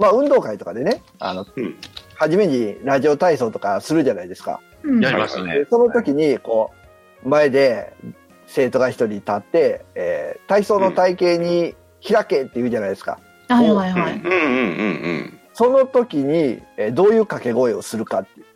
C: まあ、運動会とかでね、あの、
D: うん
C: 初めにラジオ体操とかするじゃないですか。
B: うん
A: やりましたね
C: で。その時に、こう、前で生徒が一人立って、えー体操の体型に開けって言うじゃないですか。
B: はいはいは
D: う
B: い。
D: んうんうんうん
C: その時に、えーどういう掛け声をするかっていう。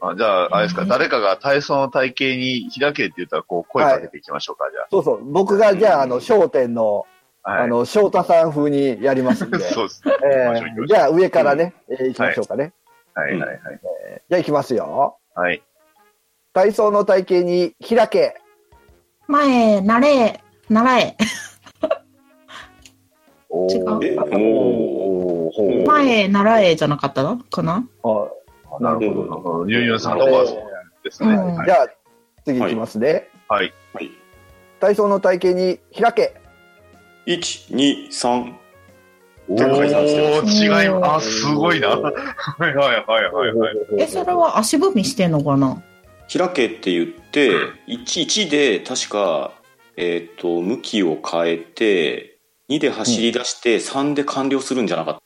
A: あじゃあ、あれですか、誰かが体操の体型に開けって言ったら、こう、声かけていきましょうか、
C: そうそう。僕が、じゃあ、あの、商店の、
A: じゃあ。は
C: あ
A: い。
C: の、翔太さん風にやります
A: (laughs)
C: んで。
A: そうですね。
C: え
A: 行きましょう行きましょ
C: ー
A: う
C: じゃあ、上からね、えー行きましょうかね。
A: はいはいはい。
C: じゃあ、行きますよ。
A: はい。
C: 体操の体型に開け。
B: 前、なれ、習え。
A: おー
D: えおー
A: ほう
B: 前、習えじゃなかったかな
C: あ
A: なるほど。なるほどユンユンさんの方はそうですね。
B: うん
A: はい
C: じゃあ、次行きますね。
A: はい。
D: はい。
C: 体操の体型に開け。
D: 一二三。
A: お
D: 展開されて
A: ー、違います。あ、すごいな。
C: お
A: は
C: ー
A: いはいはいはいはい。
B: え、それは足踏みしてんのかな
D: 開けって言って一一で確かえっ、と向きを変えて二で走り出して三で完了するんじゃなかった。
C: す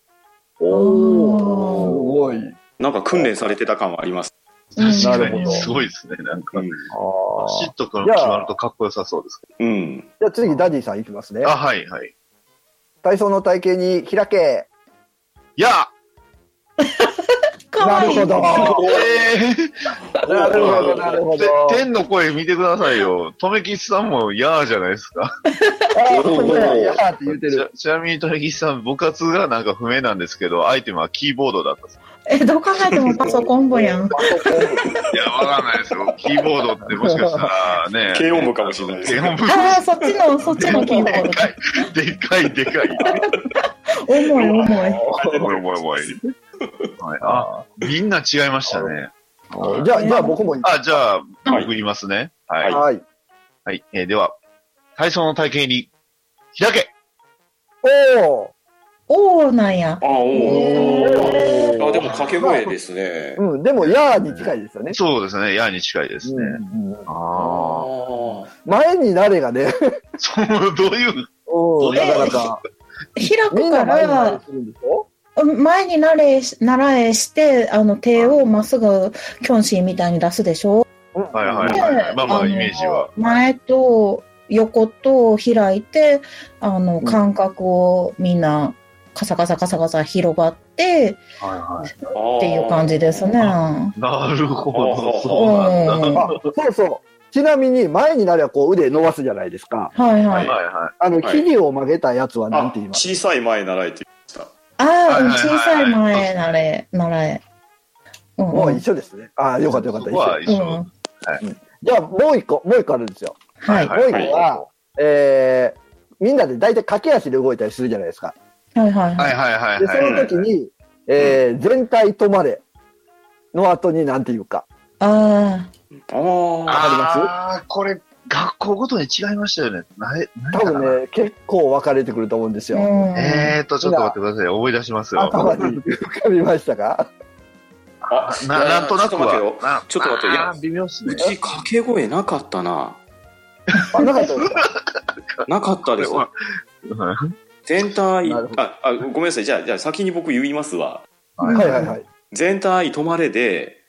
B: おー
C: ごい。
D: なんか訓練されてた感はあります。
A: 確
C: な
A: か
C: るほ
A: に、
C: ど
A: すごいですね。なんか、
C: あ
A: シ
C: ー
A: ット君決まるとかっこよさそうですけ
D: うん。
C: じゃあ、次、ダディさん行きますね
A: ど。。あ、はいはい。
C: 体操の体型に開け。
A: いや
B: 可
C: なる
B: 愛い
C: ほど。
A: (laughs) えー
C: なるほど、なるほど。
A: て天の声見てくださいよ。とめきちさんも嫌じゃないですか。
C: あ、そうだ、やーって言って
A: ち
C: る。
A: なちなみにとめきちさん、部活がなんか不明なんですけど、アイテムはキーボードだったそう
B: え、どう考えてもパソコン部やん。
A: です。いや、わかんないですよ。キーボードってもしかしたらね。
D: 軽音部かもしれないです
A: 軽音部。
B: ああ、そっちの、そっちのキーボード。
A: でかい、でかい。
B: 重い、重い。
A: 重い、重い、重い。はい、あ、みんな違いましたね。
C: じゃあ、じゃあ僕もいい。
A: あ、じゃあ、
D: はい
A: 僕言いますね。はい。はい。
C: はい。
A: えーでは、体操の体型に、開け
C: お
B: おーなんや。
D: ああ、
C: へ
D: お
C: ー
D: お。あ、でも掛け声ですね。
C: ー。うん、でも、やーに近いですよね。
A: そうですね。矢に近いですね。
C: うんうん
A: ああ。
C: 前になれがね、
A: (laughs) そう、どういう、
C: うん、なかなか。
B: 開
C: み
B: く
C: ん
B: か
C: な前になれ
B: ら、
C: するんでしょ
B: 前になれ、習えして、あの、手をまっすぐ、キョンシーみたいに出すでしょ
A: はいはい
B: で
A: はいはい。まあまあ、
B: の
A: イメージは。
B: 前と横と開いて、あの、
C: ん
B: 間隔をみんな、カサカサカサカサ広がって、
A: はいはい。
B: っていう感じですね。
A: なるほど、
D: あ
A: そうなんだ。
B: うん
C: あそうそう。ちなみに、前になればこう腕伸ばすじゃないですか。
B: はいは
A: はいい。は
C: あの、
D: はい
C: 生地を曲げたやつはなん
D: あ
C: て言い、ます
D: 小さい前習いって言いまし
B: あ
A: はい
B: あ、
A: はい
B: うん
A: はい
B: 小さい前なれ、習え。うん
C: も
B: う
C: う
B: い
C: 一緒ですね。ああ、よかった
A: い。
C: よかった。
A: そ
C: 一
A: こは
C: 緒。
A: 一緒。
C: じゃあ、もう一個、もう一個あるんですよ。
B: はい。
A: は
B: はい
C: もう一個は、えー、みんなで大体駆け足で動いたりするじゃないですか。
B: いはい
A: は
B: はいい。
A: はいはい
C: で、
A: は
C: そ
A: い。
C: の時に、えー、全体止まれの後になんて言うか。
B: あ
D: た。ああ。
A: ああー、これ、学校ごとに違いましたよね。なえ、なん
C: 多
A: かな
C: 分ね、結構分かれてくると思うんです
B: あ、
C: よ。
B: うん。
A: えーと、ちょっと待ってください。思い出しますよ。
C: 頭に浮かびましたか
D: あ
A: ななんとなく
D: ちょっと待ってよ
A: は。
D: ちょっと待ってよ
A: あー微妙っす
D: う
A: ね。
D: ち掛け声なかったな。
C: あ、なかったですか
D: なかったです。
A: は
D: 全体、
C: なる
D: あ
C: ほ、
D: あ、ごめんなさい。じゃあ、じゃあ先に僕言いますわ。
C: はいはいはい。
D: 全体止まれで、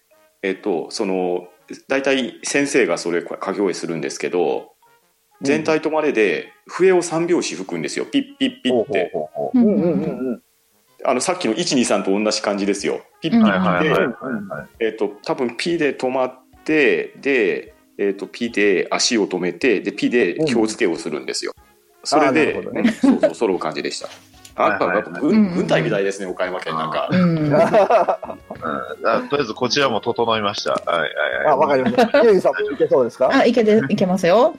D: えっと、その、大体先生がそれ掛け声するんですけど、全体止まれで、笛を3拍子吹くんですよ。ピッピッピッって。
A: ほうほ
B: う
C: うんん
B: う
C: うん
B: ん
C: う
B: うん
C: んうん。
D: あの、さっきの123と同じ感じですよ。ピッピ
A: う
D: ッ
A: はいはいはいはい
D: えっ、と、多分 P で止まって、で、えっ、と、P で足を止めて、で、P で強付けをするんですよ。それで、
C: あーなるほど
D: うんそうそう、揃う感じでした。あ
A: はいはいはい
D: やっぱ軍軍隊みたいですね、岡山県なんか。
B: うん。
A: うんあとりあえず、こちらも整いました。はいはいはい。
C: あ、わかりました。ゆうさんもいけそうですか
B: あ、いけて、いけますよ。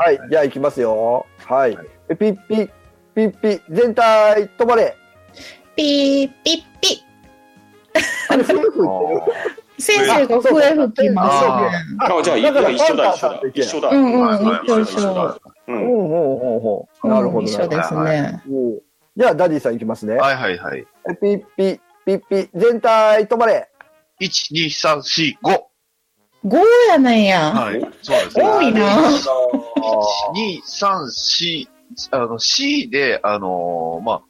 C: はい、じゃあ行きますよ。はい
A: はい。
C: えピッピッ、ピッピッ、全体止まれ。
B: ピー、ピッピ
C: あれ、古く
A: あ
C: 言って
A: (laughs) ー
C: る。
B: ッ。先生が笛吹きます
A: あ
B: よ。
D: あじゃあ、い
C: だから
D: や一緒だ、
C: パンタンさ
D: 一緒
C: ん
D: だ
C: と行。け
D: 一緒だ。
B: うんうん
A: はいはい
B: 一緒一緒
D: う
C: うん
D: ん
C: ほうほうほうほう。なるほ
B: うん
C: ど。
B: 一
C: な
B: 緒
C: る
B: ですね。
C: ほどうんじゃあ、ダディさん行きますね。
A: はいはいはい。
C: えピッピッ、ピッピッ、全体止まれ。
A: 1、2、3、4、5。
B: 5やなんや。
A: はい。そうですね。
B: 多いな。
A: 2、3、4、あの、C で、あのーま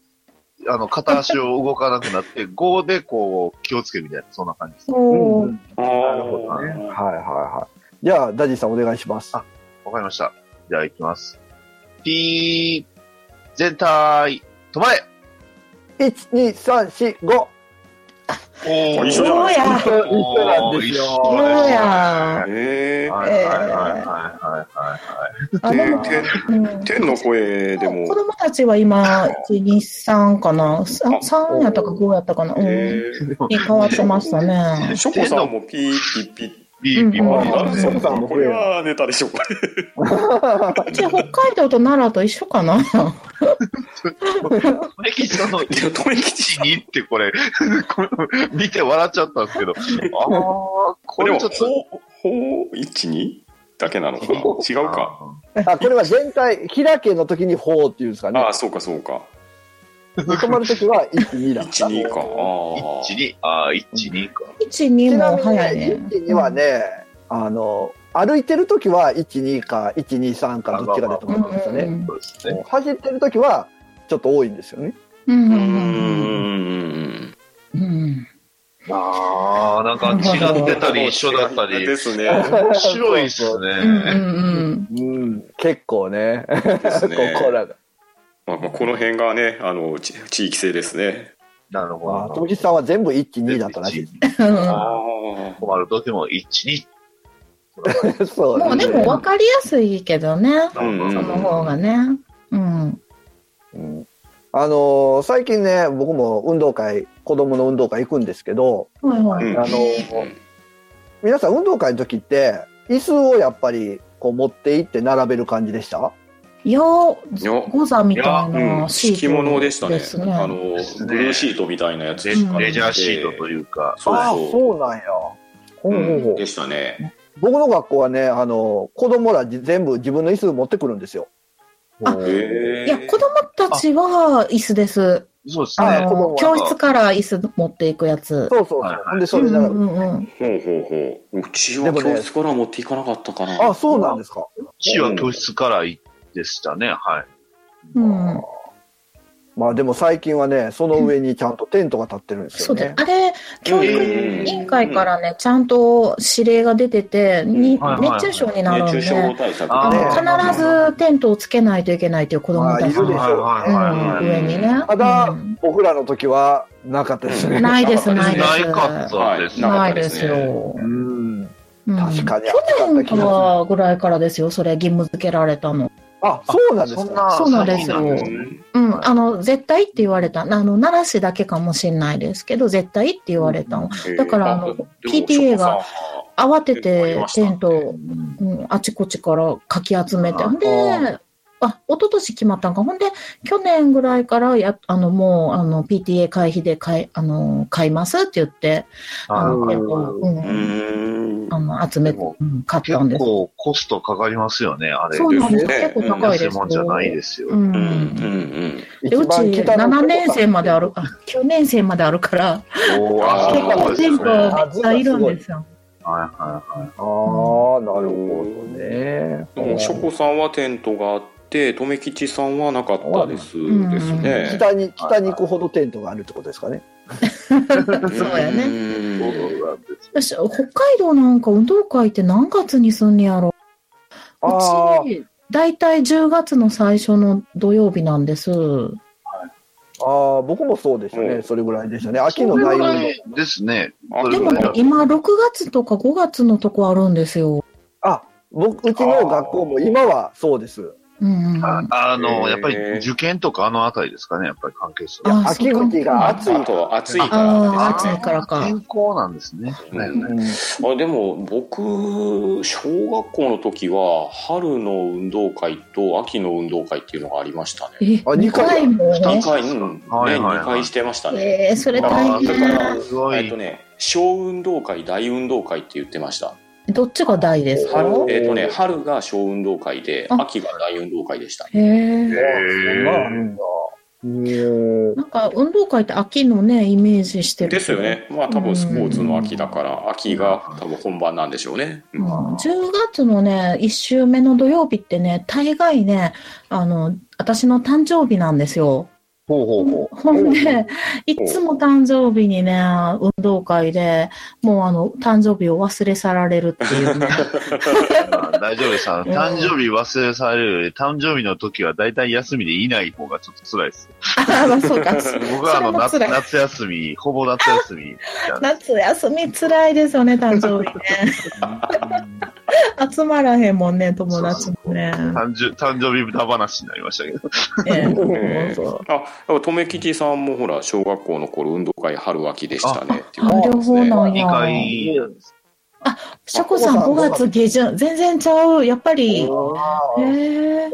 A: あ、あの、片足を動かなくなって、5でこう、気をつけるみたいな、そんな感じです。
C: うん
B: おー
C: うん
A: ど
D: あ
A: ね
D: ー
C: はいはいはい。じゃあ、ダディさんお願いします。
A: あわかりました。じゃあ行きます。ピー、全体、止まれ
C: 1、2、3、4、5。
A: お
D: ー
B: そうや。
C: 一緒なんです
B: そう
A: おー一緒
C: よ。
B: や。
D: え
A: はいはいはいはいは
B: あ、でも、
D: ー。
B: うん
D: 天の声でも
B: 子、供たちは今、1、2、3かな。3, 三やったか5やったかな。うん。に
D: えー
B: 変わってましたね。
D: ショコさんもピーピッピッ。
A: い。ビービー
B: うん
A: もい
C: あ
A: ら
C: ー
A: ね
C: ショコさんも
D: これはネタでしょ、これ。
B: うち北海道と奈良と一緒か
C: (laughs)
B: な。
A: メキシコの
D: いや、止めきち
A: 1、2ってこれ、これ見て笑っちゃったんですけど、ああ、こ
D: で
A: れ
D: も、
A: ちょっと。
D: ほう、ほう、一二だけなのかな違うか。
C: あ、これは全体、開けの時にほうっていうんですかね
D: あ。あ、そうか、そうか。
C: 止まる時は1、2だった。
D: 一二か。ああ。
A: 一二ああ、一二か。
B: 1、2
C: ちな
B: も
C: みに
B: 早い
C: ね
B: ね。、
C: 1、2はね、あの、歩いてる時は1、2か、1、2、3か、どっちかだと
B: う
C: 思
B: ん
C: うんですよね。
A: そうですね。
C: 走ってる時は、ちょっと多いんですよね。
B: うん
D: う
B: うんんうんうん。
A: ああ、なんか違ってたり一緒だったり。
D: ですね。
A: 面白いっす
B: うんう
A: ね。
B: ん
C: うん、結構ね。
D: ですね
C: ここらが。
D: まあ、まあこの辺がね、あの、ち地域性ですね。
A: なるほ
C: あ
A: ど。
C: ともきさんは全部1、2だったらしいで
B: うん
D: あ
A: 困る時も1、2。
C: す。 (laughs) そう
B: もうでも分かりやすいけどね、
D: あ。うんう
B: そ
D: んう
B: の
D: ん。
B: 方がね。うん。
C: うんあのー最近ね、僕も運動会、子供の運動会行くんですけど、
B: はいはい。
D: うん
C: あのー皆さん運動会の時って、椅子をやっぱりこう持って行って並べる感じでした
B: いや
D: いや
B: ゴザみ
D: いや、
B: たい
D: うん
B: な、シート
D: 敷物でしたね。
B: ですね
D: あの、ブルーシートみたいなやつ
A: レ
B: うん
A: レジャーシートというか、
D: そう
C: ああ、
D: そう。
C: そうなんや。ほうほうほ
D: う
C: うん
D: でしたね。
C: 僕の学校はね、あのー子供らじ全部自分の椅子持ってくるんですよ。
B: あ
A: こう
D: へえ
B: いや、子供たちは椅子です。
A: そうです
B: あ
A: ね。
C: 子供
B: の、
C: は
B: 教室から椅子持っていくやつ。
C: そうそうそう。
A: はいはい
C: ほんで、それ
B: う
C: で
B: ん
C: な
B: うんんう
C: か、
B: ん。
D: ほうほうほう。うち
C: で
D: は
C: もね
D: 教室から持っていかなかったかな。
C: あ、そうなんですか。
A: うちは教室から行でしたね、はい。
B: うん、
C: まあでも最近はね、その上にちゃんとテントが立ってるんです
B: そ
C: よ
B: うです
C: ね。。
B: あれ、教育委員会からね、ちゃんと指令が出てて、に
A: はいはいはい
B: 熱中症になる
D: 熱
B: ん
D: 中
B: で、
D: 症対策
A: あ
C: ね
B: あの必ずテントをつけないといけないという子供たち
C: そう
B: の
C: でしょう
A: はいはいはい
B: 上にね。
C: ただ
B: うん、
C: 僕らの時はなかったですね。
B: ないです、ないで
A: ない
B: す。
A: かったです。
D: な
B: な
D: かった
B: い
D: で
B: ですす
D: ね
B: よ。
C: うん。
B: うん
C: 確かに
B: 去年からぐらいからですよ、それ義務付けられたの。
C: あ、そうなんです
A: そん
C: か。
A: な、
B: そうなんですよ
A: そ
D: うん
B: うん、あの、絶対って言われた。あの、奈良市だけかもしれないですけど、絶対って言われたの。だからあの PTA が。慌ててテントを、うん、あちこちからかき集めて。
A: あ
B: ほんで、あ、一昨年決まったんか。ほんで、去年ぐらいから、や、あの、もう、あの、PTA 会費で買い、あの、買いますって言って、あ
A: あ
B: の、
C: ー
B: テントをう、
D: うんん。
B: あの、集めて
A: でも、
B: うん買ったんで
A: 結
B: す。
A: 構コストかかりますよね、あれ。
B: そうなんです。
D: ですね
B: 結構高
A: 安
B: いで
A: い
B: す
A: も
B: よ。
A: んじゃないですよ。
B: う
D: うん
B: ん。
D: うん
B: でうち7年生まであ
C: る。
B: る、あ9年生まであるから、
A: おー
D: あ
A: あ、
B: 結
A: そう
B: 構
A: です
B: 全
A: ね。
B: 部
A: はい
B: めっちゃいるんですよ。
A: はいはい。
C: ああ、なるほど
D: うん。でも、ショ
C: ね。
D: コさんはテントがあって、留吉さんはなかったです。
B: ん
D: ですね。
C: 北に、北に行くほどテントがあるってことですかね。
B: そうやね。
D: ね。
A: そうなんです。
B: 私、北海道なんか運動会って何月にすんねやろ。
C: あ
B: うち、だいたい10月の最初の土曜日なんです。
C: あ、ああ、僕もそうでした
D: う
C: ね。
D: ん
C: それぐらいでしたね。秋の内容の。
A: ですね。
D: あ
B: でもね、今6月とか5月のとこあるんですよ。
C: あ、僕、うちの学校も今はそうです。
B: うんうん。
A: ああの、
D: へー
A: やっぱり受験とかあのあたりですかね、やっぱり関係する。
B: あー
C: 秋口が暑い
D: あと暑いからで
B: あ
D: す
B: ー暑
D: ね
B: い。からか
A: 健康なんですね。
D: うん
A: はい
C: うん
D: あでも僕小学校の時は春の運動会と秋の運動会っていうのがありましたね。
B: え、
C: あ
B: 2
C: 二回
B: 回もね
D: 2。回、うん、
A: はい
D: 年
A: はいはい
D: 2回してましたね。
B: えー、それ
A: あ
B: 大
A: ーだか
B: 変。
A: ら、すご
D: えっと
A: い。
D: ね、小運動会、大運動会って言ってました。
B: どっちが大ですか
D: 春
C: おー
D: えっとね、春が小運動会で、
B: あ
D: 秋が大運動会でした。
B: へえ。
C: うん
B: なんか運動会って秋のねイメージしてるけ
D: で
B: ど
D: すよ、ね。まあ多分スポーツの秋だから、秋が多分本番なんでしょうね。う
B: うんん、10月のね1週目の土曜日ってね大概ねあの私の誕生日なんですよ
A: ほうほうほ
B: ほんでいつも誕生日にね運動会でもうあの誕生日を忘れ去られるっていうね
A: う。まあ大丈夫です。あの
B: うん
A: 誕生日忘れされるより、誕生日の時は大体休みでいない方がちょっと辛いです。
B: ああそうか
A: 僕はあの、夏
B: それも辛い
A: 夏休み、ほぼ夏休み。
B: 夏休みつらいですよね誕生日ね (laughs) 集まらへんもんね友達もね
A: 誕生誕生日歌話になりましたけど。
B: ね
C: そう
D: ええ
B: そうそう
D: あ、でも留吉さんもほら、小学校の頃、運動会春秋でしたねっていう
B: あ
D: こと
B: 両
D: です
B: 方
D: ね。
B: なん
A: 2
B: や
A: 回なんです。
B: シャコさん、
C: あ
B: 5
C: 五月
B: 月下旬、全然ちゃう、やっぱり。へえ、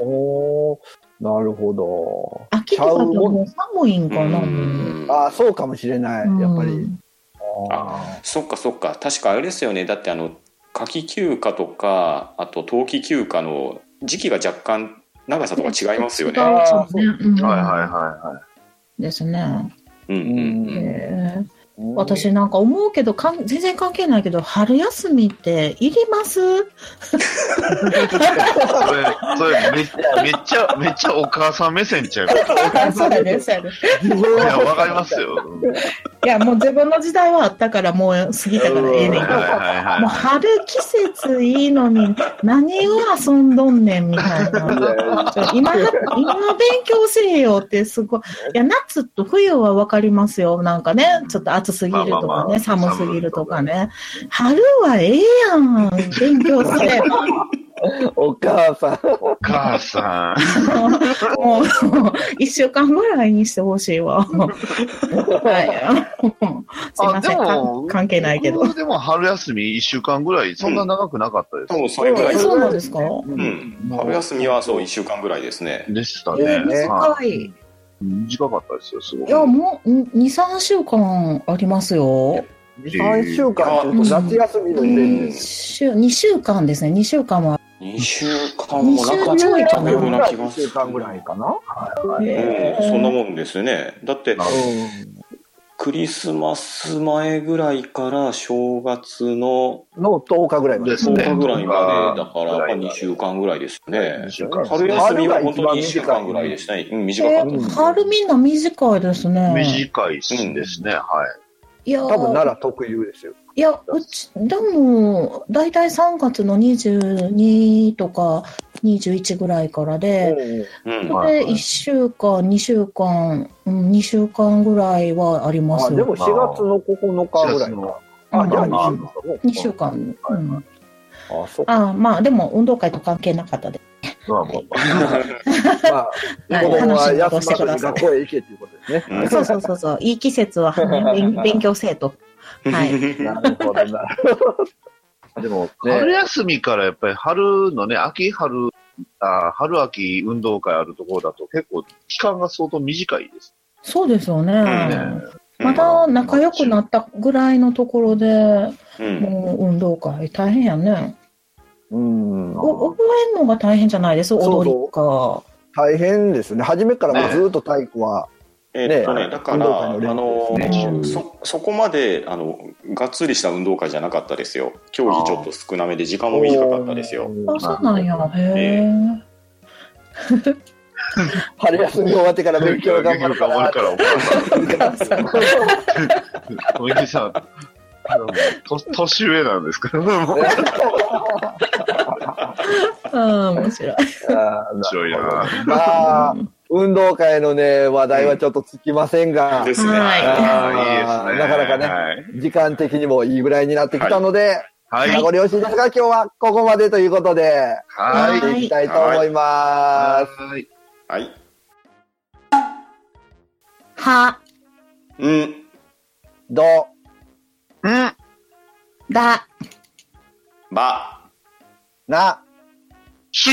C: おーなるほど。
B: 秋とかってもう寒いんかな。
D: うん
C: ああ、そうかもしれない。やっぱり。あ
D: そっかそっか確かあれですよねだってあの夏季休暇とかあと冬季休暇の時期が若干長さとか違いますよね。
B: 違う
C: あー
B: そうねうん
A: はいはいはいはい。
B: ですね。
D: うんうん
C: う
D: うんん
B: へえ
C: ーうん
B: 私なんか思うけどかん、全然関係ないけど、春休みっていります (laughs)
A: それ、それめっめっちゃ、めっちゃお母さん目線ちゃいます。
C: (laughs)
B: そうだね、そうだね。
A: いや、わかりますよ。
B: いや、もう自分の時代はあったから、もう過ぎたからええねんけど、
A: はいはい
B: も
A: は
B: う春季節いいのに、何を遊んどんねんみたいな。ちょ今 (laughs) だ、今の勉強せえよってすごい。いや、夏と冬はわかりますよ。なんかね、ちょっと暑すぎるとか
A: まあ
B: ね、
A: まあまあ
B: 寒すぎるとかね。春はええやん。勉強せ (laughs) え。
C: お母さん。
A: い。お母さ
B: もう、もう一週間ぐらいにしてほしいわ。はい。すい
A: ん。
B: ません。か関係ないけど。
A: 僕でも春休み一週間ぐらい、そんな長くなかったです。
D: そう、それぐら
B: え
D: いです。
B: そうなんですか
D: う。
A: うん
D: 春休みはそう、1週間ぐらいですね。
A: でした
C: ええ
A: ね。
C: ね
A: は
B: 短い。
A: い短かったですよ、すご
B: いや、
A: く。
B: もう、ん2、3週間ありますよ。
C: 3週間ちょっと夏休みのイメージです。
B: 週、2週間ですね。2週間は。
D: 2週間もなかったような気が
C: 1
D: す
C: 週
D: る。
C: 間ぐらいかな。
D: うん、そんなもんですね。だって、
A: なる
D: クリスマス前ぐらいから正月の
C: の10日ぐらいまで
A: で。す
D: 10
A: ね
D: 日ぐらいまで、だから、
A: ぐらい
D: まあ
A: まで
D: 2週間ぐらいですね
A: 二。週間
D: 春休みは本当に1週間ぐらいでしたね。うん、短か
B: え
D: ったです。
B: 春みんな短いですね。
A: 短いですね、はい。
B: いや、
C: 多分奈良特有ですよ。
B: いや、うち、でも、だいたい3月の22とか21ぐらいからで、
D: うん
A: まあ
B: で、1週間、2週間、うん、2週間ぐらいはあります
C: あで
B: よ。
C: も4月の9日ぐらいか。あ、じゃあ
A: まあ
C: 2週間。
B: 2週間。
A: は
B: う
A: い
B: ん
C: あ、そうか。
B: あまあ、でも運動会と関係なかったです。
A: まあまあまあ
B: (laughs)
C: まあ、子供は休まずに学校へ行けっていうことですね。
D: (laughs) うん
B: そうそうそうそう、いい季節は、ね、勉勉強生徒。はい。
C: なるほどな。
A: でも、春休みからやっぱり春のね、秋春、あ春秋運動会あるところだと結構期間が相当短いです
B: そうですよね。
D: ん
B: まだ仲良くなったぐらいのところで、
D: うん。
B: もう運動会大変やね。
C: うん。
B: お覚えるのが大変じゃないです、
C: そうそう
B: 踊りか。
C: 大変ですね。初めからもうずっと体育は。
D: えっと
C: ね
D: ね、だか
C: 運動
D: ら、
C: 会
D: あ
C: の連
D: の
A: ね。
B: うん
D: そそこまであのがっつりした運動会じゃなかったですよ、競技ちょっと少なめで、時間も短かったですよ。
B: あ、そうなんや。へえ。
C: 春休み終わってから勉強頑張るか
A: 頑張
C: ら
A: る。から、お母さん。小池さん、と年上なんですから、面
B: うん、面白い。
A: 白いな。
C: まあ、運動会のね、話題はちょっとつきませんが、
D: ですね。
B: は
A: ああ、いいですね。
C: なかなかね
A: ね。
C: 時間的にもいいぐらいになってきたので、
A: はい。
C: 名
A: はい。
C: 残惜しいですが、今日はここまでということで、
A: はい。
C: やっていきたいと思います。
A: はい。
D: はい。
B: は、
D: うん。
C: ど、
A: うん。
B: だ。
D: ば。
C: な、
A: し。